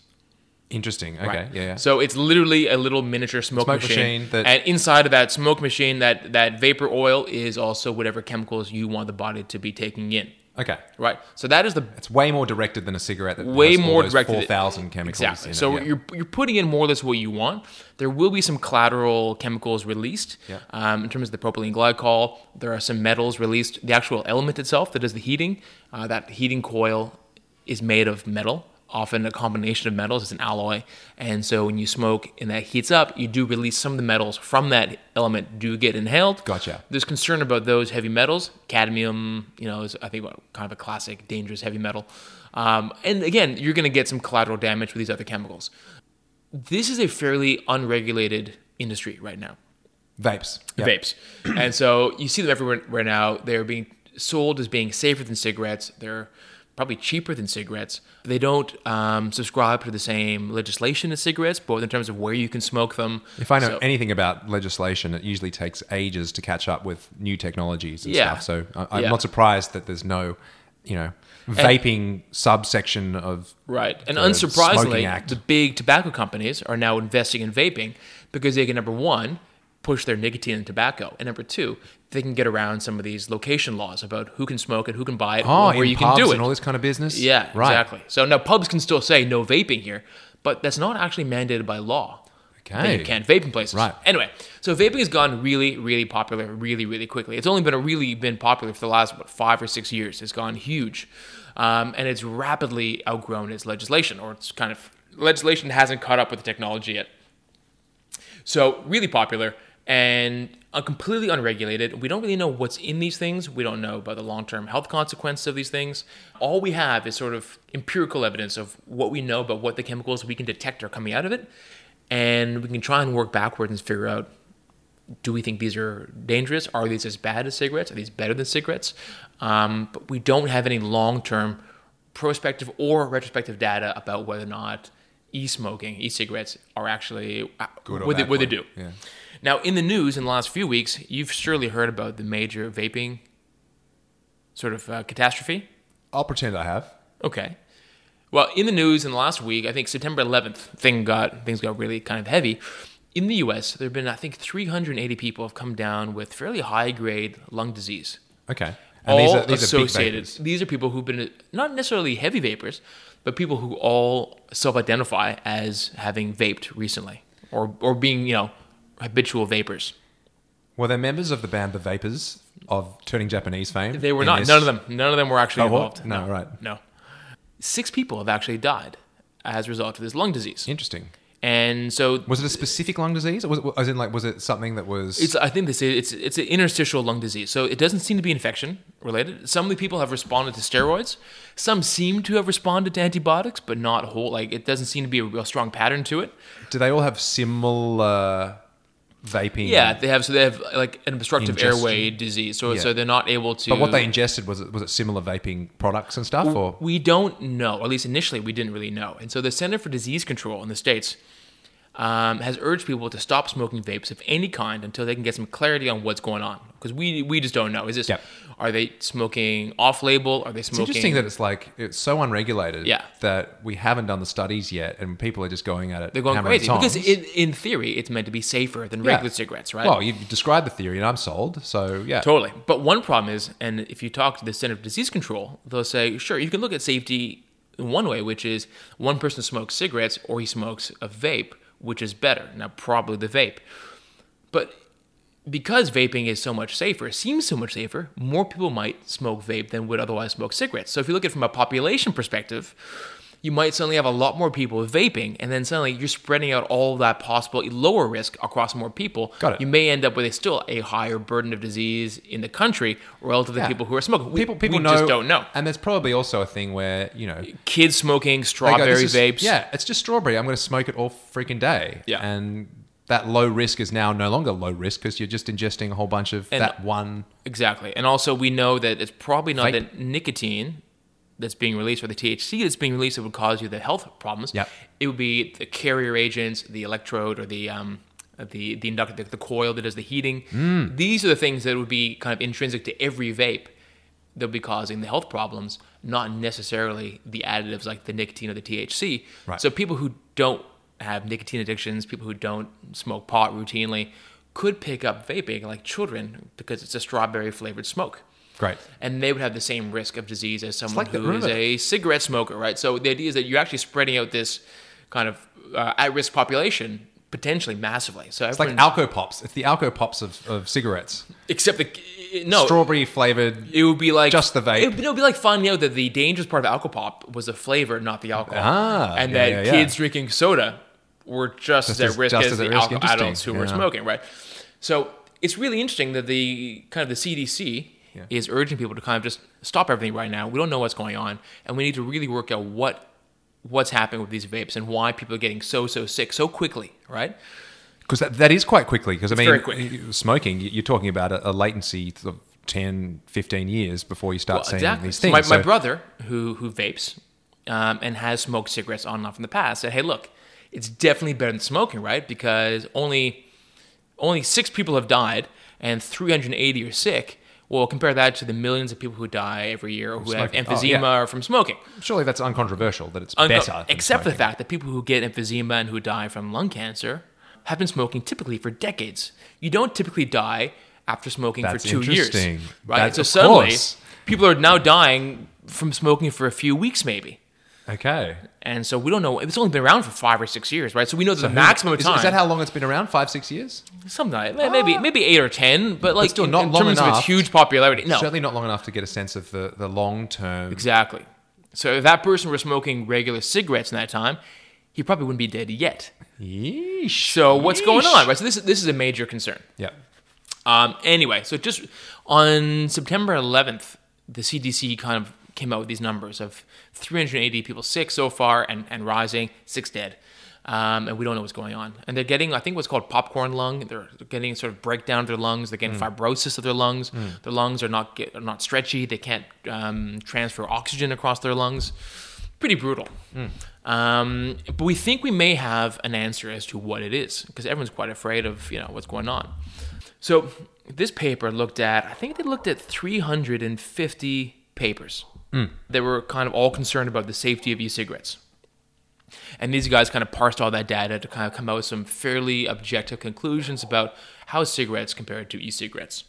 Interesting. Okay. Yeah. yeah. So it's literally a little miniature smoke, Smoke machine, machine that- and inside of that smoke machine, that that vapor oil is also whatever chemicals you want the body to be taking in. okay. Right. So that is the It's way more directed than a cigarette. That way has all more those directed. Four thousand chemicals. Exactly. In so it. yeah. you're you're putting in more or less what you want. There will be some collateral chemicals released. Yeah. Um, in terms of the propylene glycol, there are some metals released. The actual element itself that does the heating, uh, that heating coil, is made of metal. Often a combination of metals It's an alloy, and so when you smoke and that heats up, you do release some of the metals from that element. Do get inhaled. Gotcha. There's concern about those heavy metals. Cadmium, you know, is I think what- kind of a classic dangerous heavy metal. Um, and again, you're going to get some collateral damage with these other chemicals. This is a fairly unregulated industry right now, vapes. Yeah. vapes, and so you see them everywhere right now. They're being sold as being safer than cigarettes. They're probably cheaper than cigarettes. They don't um, subscribe to the same legislation as cigarettes, both in terms of where you can smoke them. If I know So- anything about legislation, it usually takes ages to catch up with new technologies and Yeah. stuff. So I, I'm Yeah. not surprised that there's no, you know, vaping subsection of Right. And the Smoking unsurprisingly, Act. the big tobacco companies are now investing in vaping because they can, number one, push their nicotine and tobacco. And number two, they can get around some of these location laws about who can smoke it, who can buy it, oh, where in you pubs can do it. and all this kind of business. yeah, right. exactly. So now pubs can still say no vaping here, but that's not actually mandated by law. that Okay. you can't vape in places. Right. Anyway, so vaping has gone really, really popular, really, really quickly. It's only been really been popular for the last what, five or six years. It's gone huge, um, and it's rapidly outgrown its legislation, or it's kind of legislation hasn't caught up with the technology yet. So really popular and uh, completely unregulated. We don't really know what's in these things. We don't know about the long-term health consequences of these things. All we have is sort of empirical evidence of what we know about what the chemicals we can detect are coming out of it, and we can try and work backwards and figure out do we think these are dangerous? Are these as bad as cigarettes? Are these better than cigarettes? Um, but we don't have any long term prospective or retrospective data about whether or not e smoking, e cigarettes are actually uh, Good or what, they, bad what they for you. do. Yeah. Now, in the news in the last few weeks, you've surely heard about the major vaping sort of uh, catastrophe. I'll pretend I have. Okay. Well, in the news in the last week, I think September 11th, thing got things got really kind of heavy. In the U.S., there have been I think 380 people have come down with fairly high grade lung disease, Okay. all big associated. vapors. these are people who've been not necessarily heavy vapors, but people who all self-identify as having vaped recently or or being you know habitual vapors. Were they members of the band The Vapors of turning Japanese fame? They were in not. this- None of them. None of them were actually Cohort? involved. No, right. No. Six people have actually died as a result of this lung disease. Interesting. And so Was it a specific lung disease? Or was it, as in, like, was it something that was? It's I think they say it's it's an interstitial lung disease. So it doesn't seem to be infection related. Some of the people have responded to steroids. Some seem to have responded to antibiotics, but not Hmm. whole. Like it doesn't seem to be a real strong pattern to it. do they all have similar vaping. Yeah, they have so they have like an obstructive Ingestion. airway disease, so Yeah. so they're not able to. But what they ingested was it was it similar vaping products and stuff, or we don't know, or at least initially we didn't really know. And so the Center for Disease Control in the states um, has urged people to stop smoking vapes of any kind until they can get some clarity on what's going on, because we we just don't know. Is this Yep. are they smoking off label? Are they It's smoking? interesting that it's like it's so unregulated Yeah. that we haven't done the studies yet, and people are just going at it. they're going hammer and crazy because tongs. in, in theory it's meant to be safer than Yeah. regular cigarettes, right? Well, you described the theory, and I'm sold. So yeah, Totally. But one problem is, and if you talk to the Center for Disease Control, they'll say, sure, you can look at safety in one way, which is one person smokes cigarettes or he smokes a vape, which is better. Now, probably the vape. But because vaping is so much safer, seems so much safer, more people might smoke vape than would otherwise smoke cigarettes. So if you look at it from a population perspective, you might suddenly have a lot more people vaping, and then suddenly you're spreading out all that possible lower risk across more people. Got it. You may end up with a still a higher burden of disease in the country relative to Yeah. people who are smoking. We, people people we know, just don't know. and there's probably also a thing where you know Kids smoking they go, strawberry "This is- vapes. Yeah, it's just strawberry. I'm going to smoke it all freaking day. Yeah. and that low risk is now no longer low risk because you're just ingesting a whole bunch of And- that one. Exactly. And also, we know that it's probably not Vape. the nicotine that's being released or the THC that's being released that would cause you the health problems. Yep. It would be the carrier agents, the electrode, or the. Um, the the inductor, the, the coil that does the heating. These are the things that would be kind of intrinsic to every vape that would be causing the health problems, not necessarily the additives like the nicotine or the THC. Right. So people who don't have nicotine addictions, people who don't smoke pot routinely, could pick up vaping like children because it's a strawberry flavored smoke. Great. And they would have the same risk of disease as someone like the- who is remember- a cigarette smoker, right? So the idea is that you're actually spreading out this kind of uh, at risk population potentially massively. So It's like Alco Pops. It's the Alco Pops of, of cigarettes. except the no Strawberry flavored. It would be like Just the vape. It would, it would be like finding out that the dangerous part of alcopop was the flavor, not the alcohol, Ah, and yeah, that yeah, yeah. kids drinking soda were just, Just as as- at risk just as, as the at risk, alco- interesting, adults who were yeah. smoking, right? So it's really interesting that the kind of the CDC is urging people to kind of just stop everything right now. We don't know what's going on, and we need to really work out what what's happening with these vapes and why people are getting so so sick so quickly, right? Because that, that is quite quickly. Because I mean, very quick. y- smoking, y- you're talking about a, a latency of 10, 15 years before you start seeing these So things. My, So- my brother, who who vapes um, and has smoked cigarettes on and off in the past, said, "Hey, look, it's definitely better than smoking, right? Because only only six people have died and 380 are sick. Well, compare that to the millions of people who die every year who have smoking. Oh, emphysema yeah. or from smoking. surely that's uncontroversial that it's Unco- better. than except for the smoking. fact that people who get emphysema and who die from lung cancer have been smoking typically for decades. You don't typically die after smoking That's for two interesting. years, right? That's- so of suddenly, course. people are now dying from smoking for a few weeks, maybe. Okay. And so we don't know. It's only been around for five or six years, right? So we know the Who- maximum is, time. Is that how long it's been around? Five, six years? Something like that. maybe maybe eight or ten, but like still in- not in long terms of enough. its huge popularity. No, Certainly not long enough to get a sense of the, the long term. Exactly. So if that person were smoking regular cigarettes in that time, he probably wouldn't be dead yet. So what's going on, right? So this this is a major concern. Yeah. Um, anyway, so just on September 11th, the CDC kind of came out with these numbers of 380 people sick so far and, and rising, six dead. Um, and we don't know what's going on. And they're getting, I think, what's called popcorn lung. They're getting sort of breakdown of their lungs. They're getting fibrosis of their lungs. Their lungs are not get, are not stretchy. They can't um, transfer oxygen across their lungs. Pretty brutal. Um, but we think we may have an answer as to what it is because everyone's quite afraid of you know what's going on. So this paper looked at, I think they looked at 350 papers that were kind of all concerned about the safety of e-cigarettes. And these guys kind of parsed all that data to kind of come out with some fairly objective conclusions about how cigarettes compare to e-cigarettes.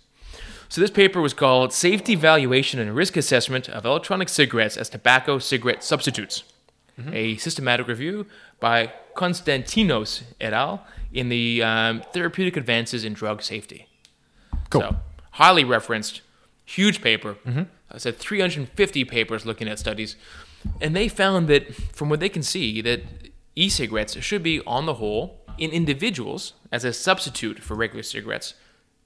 So this paper was called Safety Valuation and Risk Assessment of Electronic Cigarettes as Tobacco Cigarette Substitutes, Mm-hmm. a systematic review by Konstantinos et al. in the um, Therapeutic Advances in Drug Safety. Cool. So highly referenced, huge paper. I said 350 papers looking at studies, and they found that from what they can see, that e-cigarettes should be on the whole in individuals as a substitute for regular cigarettes,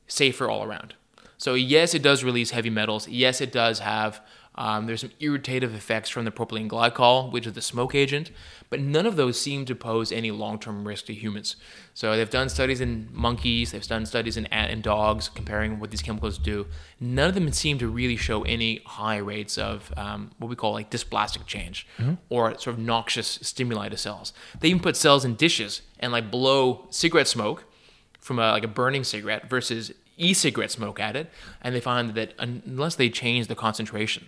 safer all around. So yes, it does release heavy metals. Yes, it does have Um, there's some irritative effects from the propylene glycol, which is the smoke agent, but none of those seem to pose any long-term risk to humans. So they've done studies in monkeys, they've done studies in ant and dogs, comparing what these chemicals do. None of them seem to really show any high rates of um, what we call like dysplastic change or sort of noxious stimuli to cells. They even put cells in dishes and like blow cigarette smoke from a, like a burning cigarette versus e-cigarette smoke at it, and they find that un- unless they change the concentration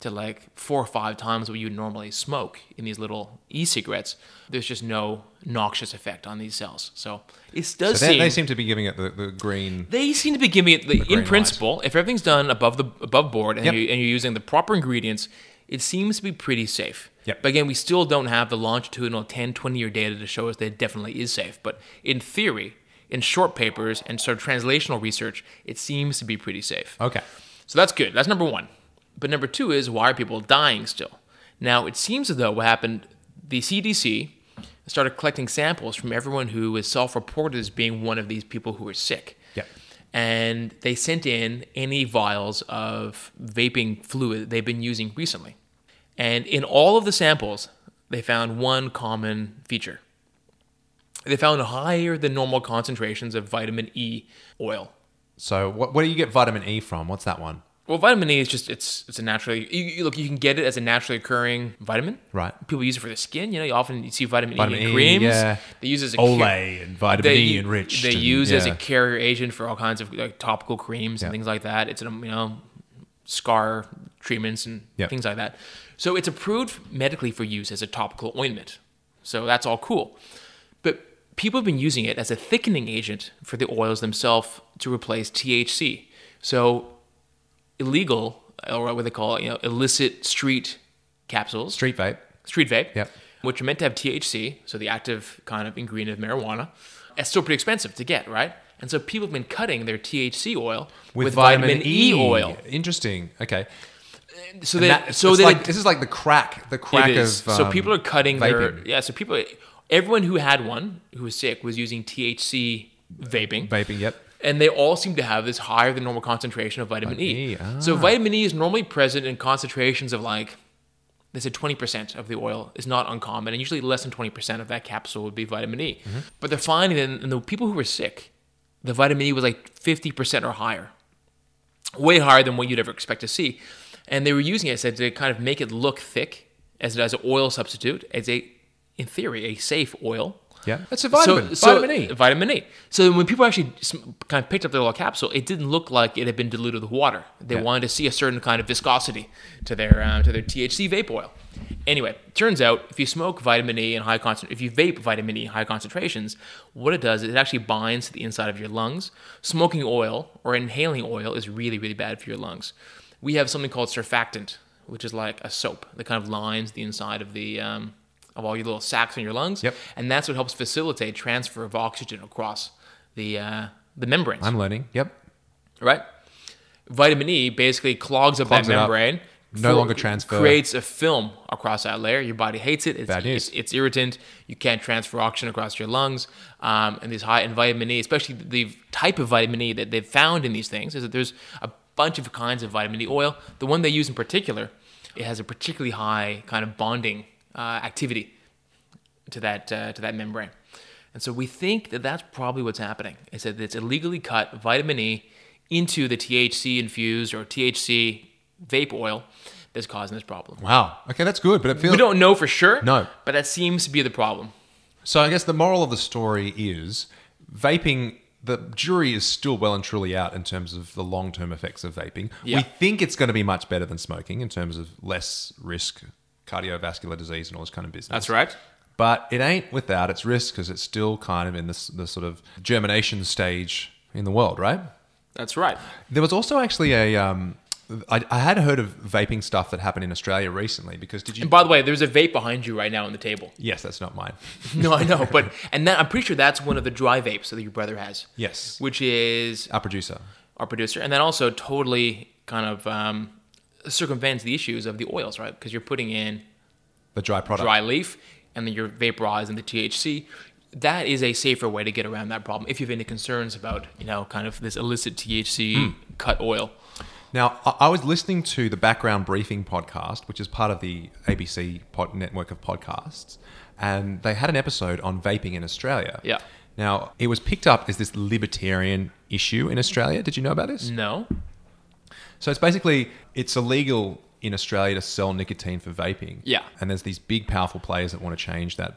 to like four or five times what you would normally smoke in these little e-cigarettes, there's just no noxious effect on these cells. So it does So they, seem, they seem to be giving it the, the green. they seem to be giving it the, green in light. principle. If everything's done above the above board and, Yep. you, and you're using the proper ingredients, it seems to be pretty safe. Yep. But again, we still don't have the longitudinal 10, 20 year data to show us that it definitely is safe. But in theory, in short papers and sort of translational research, it seems to be pretty safe. Okay. So that's good. That's number one. But number two is why are people dying still? Now, it seems as though what happened, the CDC started collecting samples from everyone who was self reported as being one of these people who were sick. Yep. And they sent in any vials of vaping fluid they've been using recently. And in all of the samples, they found one common feature they found higher than normal concentrations of vitamin E oil. So what, what do you get vitamin E from? What's that one? Well, vitamin E is just it's it's a naturally you, you- look you can get it as a naturally occurring vitamin. Right. People use it for their skin. You know, you often you see vitamin, Vitamin E in E, creams. yeah. They use it as a Olay and vitamin they, E enriched They and- use it as a yeah. carrier agent for all kinds of like topical creams Yeah. and things like that. It's an you know scar treatments and Yeah. things like that. So it's approved medically for use as a topical ointment. So that's all cool. But people have been using it as a thickening agent for the oils themselves to replace THC. So illegal or what they call you know illicit street capsules Street vape. street vape, Yep. which are meant to have THC, so the active kind of ingredient of marijuana, it's still pretty expensive to get, right? And so people have been cutting their THC oil with, vitamin, E. oil. Interesting. Okay. So And they, that- so it's they like, this is like the crack, the crack it is. of so um, people are cutting their vaping. yeah. So people, everyone who had one who was sick was using THC vaping. vaping. Yep. and they all seem to have this higher than normal concentration of vitamin E. Vitamin E, So vitamin E is normally present in concentrations of like they said 20% of the oil is not uncommon, and usually less than 20% of that capsule would be vitamin E. Mm-hmm. But they're finding that in the people who were sick, the vitamin E was like 50% or higher, way higher than what you'd ever expect to see. And they were using it, as to kind of make it look thick as, as an oil substitute, as a, in theory, a safe oil. Yeah. That's a vitamin. vitamin E. Vitamin E. So when people actually sm- kind of picked up their little capsule, it didn't look like it had been diluted with water. They Yeah. wanted to see a certain kind of viscosity to their um, to their THC vape oil. Anyway, turns out if you smoke vitamin E in high concent- if you vape vitamin E in high concentrations, what it does is it actually binds to the inside of your lungs. Smoking oil or inhaling oil is really really bad for your lungs. We have something called surfactant, which is like a soap that kind of lines the inside of the um, of all your little sacs in your lungs. Yep. And that's what helps facilitate transfer of oxygen across the uh, the membranes. I'm learning. Yep. right? Vitamin E basically clogs up Clogs that it up. membrane. No longer transfer. Creates a film across that layer. Your body hates it. It's, Bad news. It's, it's irritant. You can't transfer oxygen across your lungs. Um, and these high in vitamin E, especially the type of vitamin E that they've found in these things, is that there's a bunch of kinds of vitamin E oil. The one they use in particular, it has a particularly high kind of bonding uh, activity to that uh, to that membrane. And so we think that that's probably what's happening. Is that it's illegally cut vitamin E into the THC infused or THC vape oil that's causing this problem. Wow. Okay, that's good. But it feels We don't know for sure. No. but that seems to be the problem. So I guess the moral of the story is vaping. The jury is still well and truly out in terms of the long term effects of vaping. Yeah. We think it's going to be much better than smoking in terms of less risk, cardiovascular disease, and all this kind of business. right. But it ain't without its risk because it's still kind of in this, this sort of germination stage in the world, right? That's right. There was also actually a. Um, I, I had heard of vaping stuff that happened in Australia recently because did you? And by the way, there's a vape behind you right now on the table. yes, that's not mine. No, I know, but and that, I'm pretty sure that's one of the dry vapes that your brother has. Yes, which is our producer. our producer, and then also totally kind of um, circumvents the issues of the oils, right? Because you're putting in The dry product. dry leaf and then you're vaporized in the THC. That is a safer way to get Hmm. around that problem if you have any concerns about, you know, kind of this illicit THC cut oil. Now, I I was listening to the Background Briefing podcast, which is part of the ABC pod network of podcasts, and they had an episode on vaping in Australia. Yeah. Now, it was picked up as this libertarian issue in Australia. Did you know about this? No. So it's basically it's illegal in Australia to sell nicotine for vaping. Yeah. And there's these big powerful players that want to change that,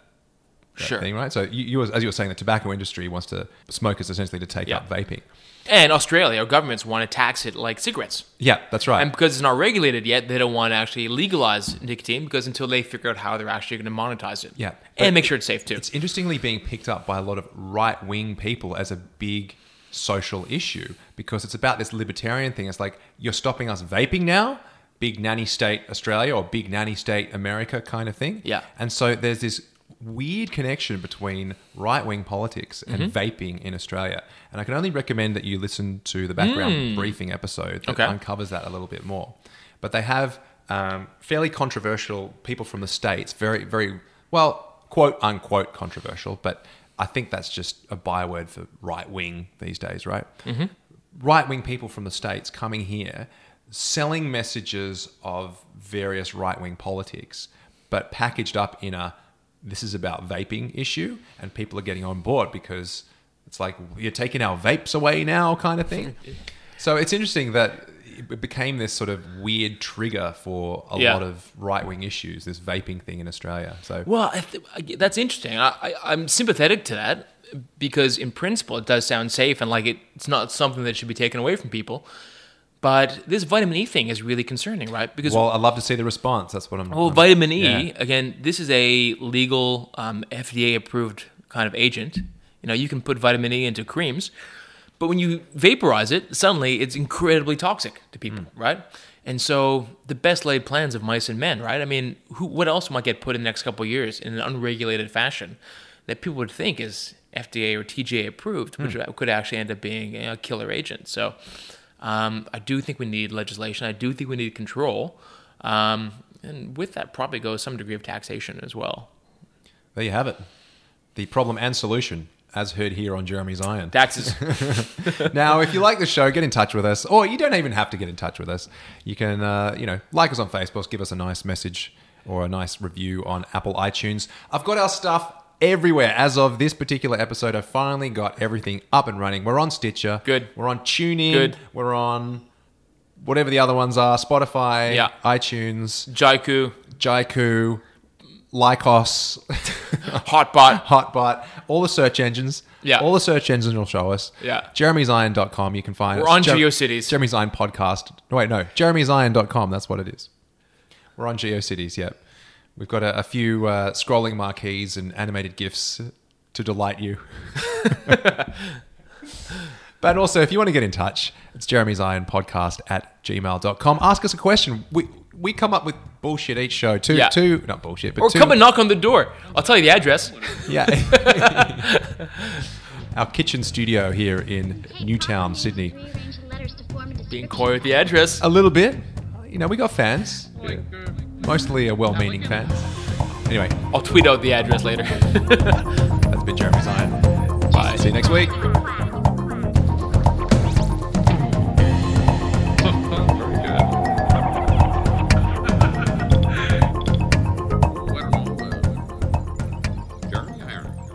that Sure. thing, right? So you, you as you were saying, the tobacco industry wants to smokers essentially to take Yeah. up vaping. And Australia, our governments want to tax it like cigarettes. Yeah, that's right. And because it's not regulated yet, they don't want to actually legalize nicotine because until they figure out how they're actually going to monetize it. Yeah. But And make sure it's safe too. it's interestingly being picked up by a lot of right wing people as a big social issue because it's about this libertarian thing. It's like you're stopping us vaping now, big nanny state Australia or big nanny state America kind of thing. Yeah. And so there's this weird connection between right wing politics and vaping in Australia. And I can only recommend that you listen to the background briefing episode that Okay. uncovers that a little bit more. But they have um, fairly controversial people from the States, very, very, well, quote unquote controversial, but I think that's just a byword for right wing these days, right? right wing people from the States coming here selling messages of various right wing politics, but packaged up in a this is about vaping issue, and people are getting on board because it's like you're taking our vapes away now kind of thing. so it's interesting that it became this sort of weird trigger for a Yeah. lot of right wing issues, this vaping thing in Australia. So, Well, I th- I g- that's interesting. I, I, I'm sympathetic to that because, in principle, it does sound safe and like it, it's not something that should be taken away from people. But this vitamin E thing is really concerning, right? Because well, I'd love to see the response. That's what I'm. well, I'm- vitamin E Yeah. again. This is a legal, um, FDA-approved kind of agent. You know, you can put vitamin E into creams, but when you vaporize it, suddenly it's incredibly toxic to people, right? And so the best laid plans of mice and men, right? I mean, who, what else might get put in the next couple of years in an unregulated fashion that people would think is FDA or TGA approved, which could actually end up being a killer agent. So um, I do think we need legislation. I do think we need control. Um, and with that, probably goes some degree of taxation as well. There you have it. The problem and solution, as heard here on Jeremy's Iron. Taxes. now, if you like the show, get in touch with us, or you don't even have to get in touch with us. You can, uh, you know, like us on Facebook, give us a nice message or a nice review on Apple iTunes. I've got our stuff everywhere. As of this particular episode, I finally got everything up and running. We're on Stitcher. Good. We're on TuneIn. Good. We're on whatever the other ones are: Spotify, Yeah. iTunes, Jaiku, Jaiku, Lycos. Hotbot. Hotbot, all the search engines. Yeah. All the search engines will show us. Yeah. Jeremy'sIron.com, you can find We're us. on GeoCities. Jeremy's Iron Podcast. No, wait, no. Jeremy'sIron.com, that's what it is. We're on GeoCities, yep. We've got a, a few uh, scrolling marquees and animated GIFs to delight you. But also, if you want to get in touch, it's Jeremy's Iron Podcast at gmail.com. Ask us a question. We we come up with bullshit each show. Two, Yeah. two, not bullshit, but Or two, come and knock on the door. I'll tell you the address. yeah. Our kitchen studio here in Newtown, Sydney. Being coy with the address. A little bit. You know, we got fans. Like, uh, Mostly are well meaning fans. Anyway, I'll tweet out the address later. that's been Jeremy's Iron. Bye. See you next week. very good. What all, uh, Jeremy Irons.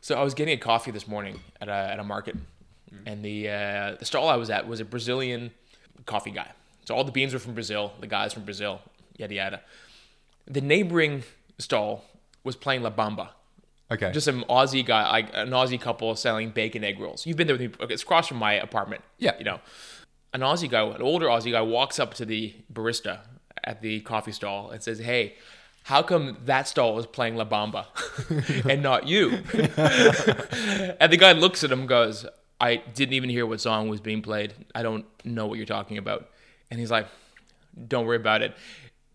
So I was getting a coffee this morning at a, at a market, and the uh, the stall I was at was a Brazilian coffee guy. So all the beans were from Brazil. The guy's from Brazil. Yada yada. The neighboring stall was playing La Bamba. Okay. Just some Aussie guy, like an Aussie couple selling bacon egg rolls. You've been there with me. Okay, it's across from my apartment. Yeah. You know, an Aussie guy, an older Aussie guy, walks up to the barista at the coffee stall and says, "Hey." How come that stall is playing La Bamba and not you? And the guy looks at him and goes, I didn't even hear what song was being played. I don't know what you're talking about. And he's like, Don't worry about it.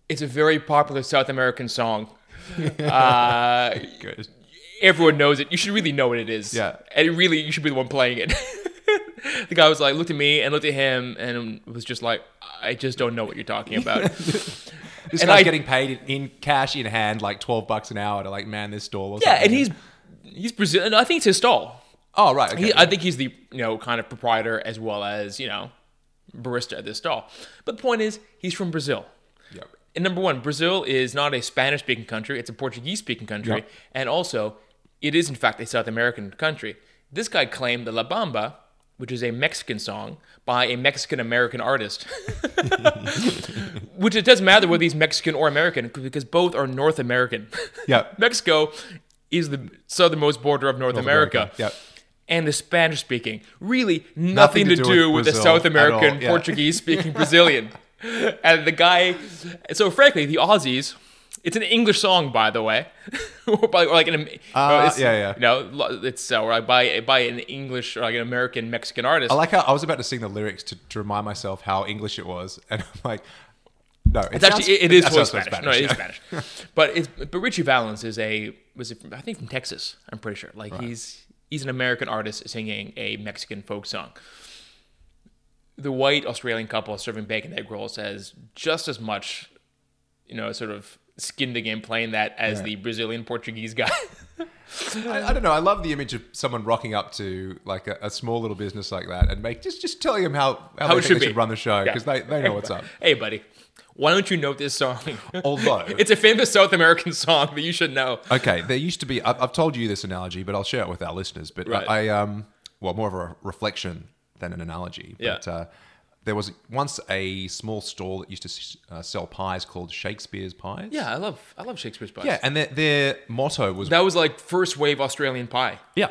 It's a very popular South American song. Uh, Good. everyone knows it. You should really know what it is. Yeah. And it really, you should be the one playing it. the guy was like, looked at me and looked at him and was just like, I just don't know what you're talking about. This And guy's I- getting paid in, in cash in hand, like twelve bucks an hour to like man this stall. Or Yeah, something. and he's he's Brazilian. I think it's his stall. oh right. Okay. He, I think he's the you know kind of proprietor as well as you know barista at this stall. But the point is, he's from Brazil. Yep. And number one, Brazil is not a Spanish speaking country, it's a Portuguese speaking country. Yep. And also, it is in fact a South American country. This guy claimed that La Bamba, which is a Mexican song by a Mexican American artist, which it doesn't matter whether he's Mexican or American because both are North American. Yep. Mexico is the southernmost border of North, America. America, yep. And the Spanish speaking, really nothing, to, do, with, the Brazil South at American all, yeah. Portuguese speaking Brazilian. And the guy, so frankly, the Aussies, it's an English song, by the way. or by, or like an, Am- Uh, it's- yeah, yeah. You know, lo- it's uh, or by, by an English, or like an American Mexican artist. I like how I was about to sing the lyrics to, to remind myself how English it was, and I'm like, no, it It's actually sounds- it, it is that totally sounds Spanish. No, it is yeah. Spanish. but it's but Richie Valens is a was it from, I think from Texas. I'm pretty sure. Like he's he's an American artist singing a Mexican folk song. The white Australian couple serving bacon egg rolls has just as much, you know, sort of skin the game playing that as the Brazilian Portuguese guy. I, I don't know. I love the image of someone rocking up to like a, a small little business like that and make just just telling them how how, they it think should they be. should run the show Yeah. because they, they know what's up. hey, buddy, why don't you know this song? Although- it's a famous South American song that you should know. Okay, there used to be. I've, I've told you this analogy, but I'll share it with our listeners. But Right. I, um, well, more of a reflection than an analogy. But Yeah. uh, there was once a small stall that used to s- uh, sell pies called Shakespeare's Pies. Yeah, I love I love Shakespeare's pies. yeah, and their, their motto was That was like first wave Australian pie. yeah,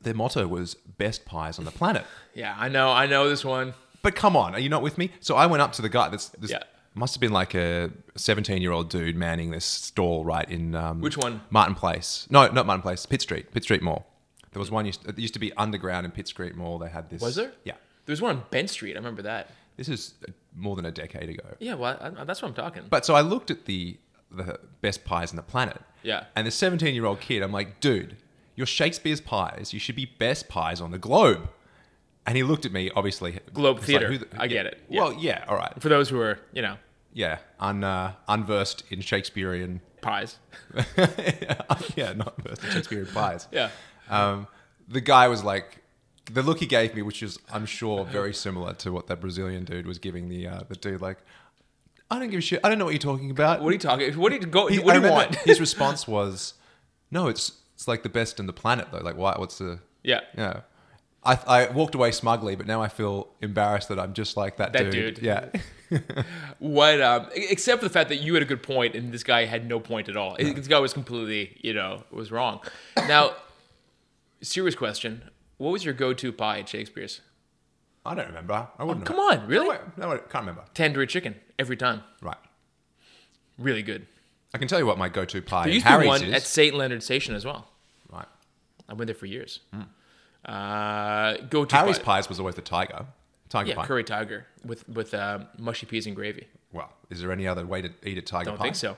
their motto was best pies on the planet. Yeah, I know, I know this one. But come on, are you not with me? So I went up to the guy. That's this Yeah. must have been like a seventeen-year-old dude manning this stall right in um, Which one? Martin Place. No, not Martin Place. Pitt Street. Pitt Street Mall. There was one used, it used to be underground in Pitt Street Mall. They had this. Was there? Yeah. There was one on Bent Street. I remember that. This is uh, more than a decade ago. Yeah, well, I, I- that's what I'm talking. But so I looked at the the best pies on the planet. Yeah. And the seventeen-year-old kid, I'm like, dude, you're Shakespeare's pies. You should be best pies on the globe. And he looked at me, obviously. Globe It's Theatre. who I get it. Yeah. Well, yeah, all right. For those who are, you know, yeah, un, uh, unversed in Shakespearean. pies. yeah, not versed in Shakespearean pies. Yeah. Um, the guy was like, the look he gave me, which is, I'm sure, very similar to what that Brazilian dude was giving the uh, the dude. Like, I don't give a shit. I don't know what you're talking about. What are you talking? What do you go? He- what I do remember you want? His response was, "No, it's it's like the best in the planet, though. Like, why? What's the Yeah. yeah." I, I walked away smugly, but now I feel embarrassed that I'm just like that, That dude. dude. Yeah, What? Um, e- except for the fact that you had a good point and this guy had no point at all. This guy was completely, you know, was wrong. Now, serious question: What was your go-to pie at Shakespeare's? I don't remember. I wouldn't. Oh, Come know. on, really? No, I- no, I can't remember. Tandoori chicken every time. Right. Really good. I can tell you what my go-to pie There in used to be Harry's one is. at St. Leonard Station as well. right. I went there for years. Uh, go to Harry's pies was always the tiger. Tiger Yeah, pie. curry tiger with with um, mushy peas and gravy. Well, is there any other way to eat a tiger Don't pie? think so.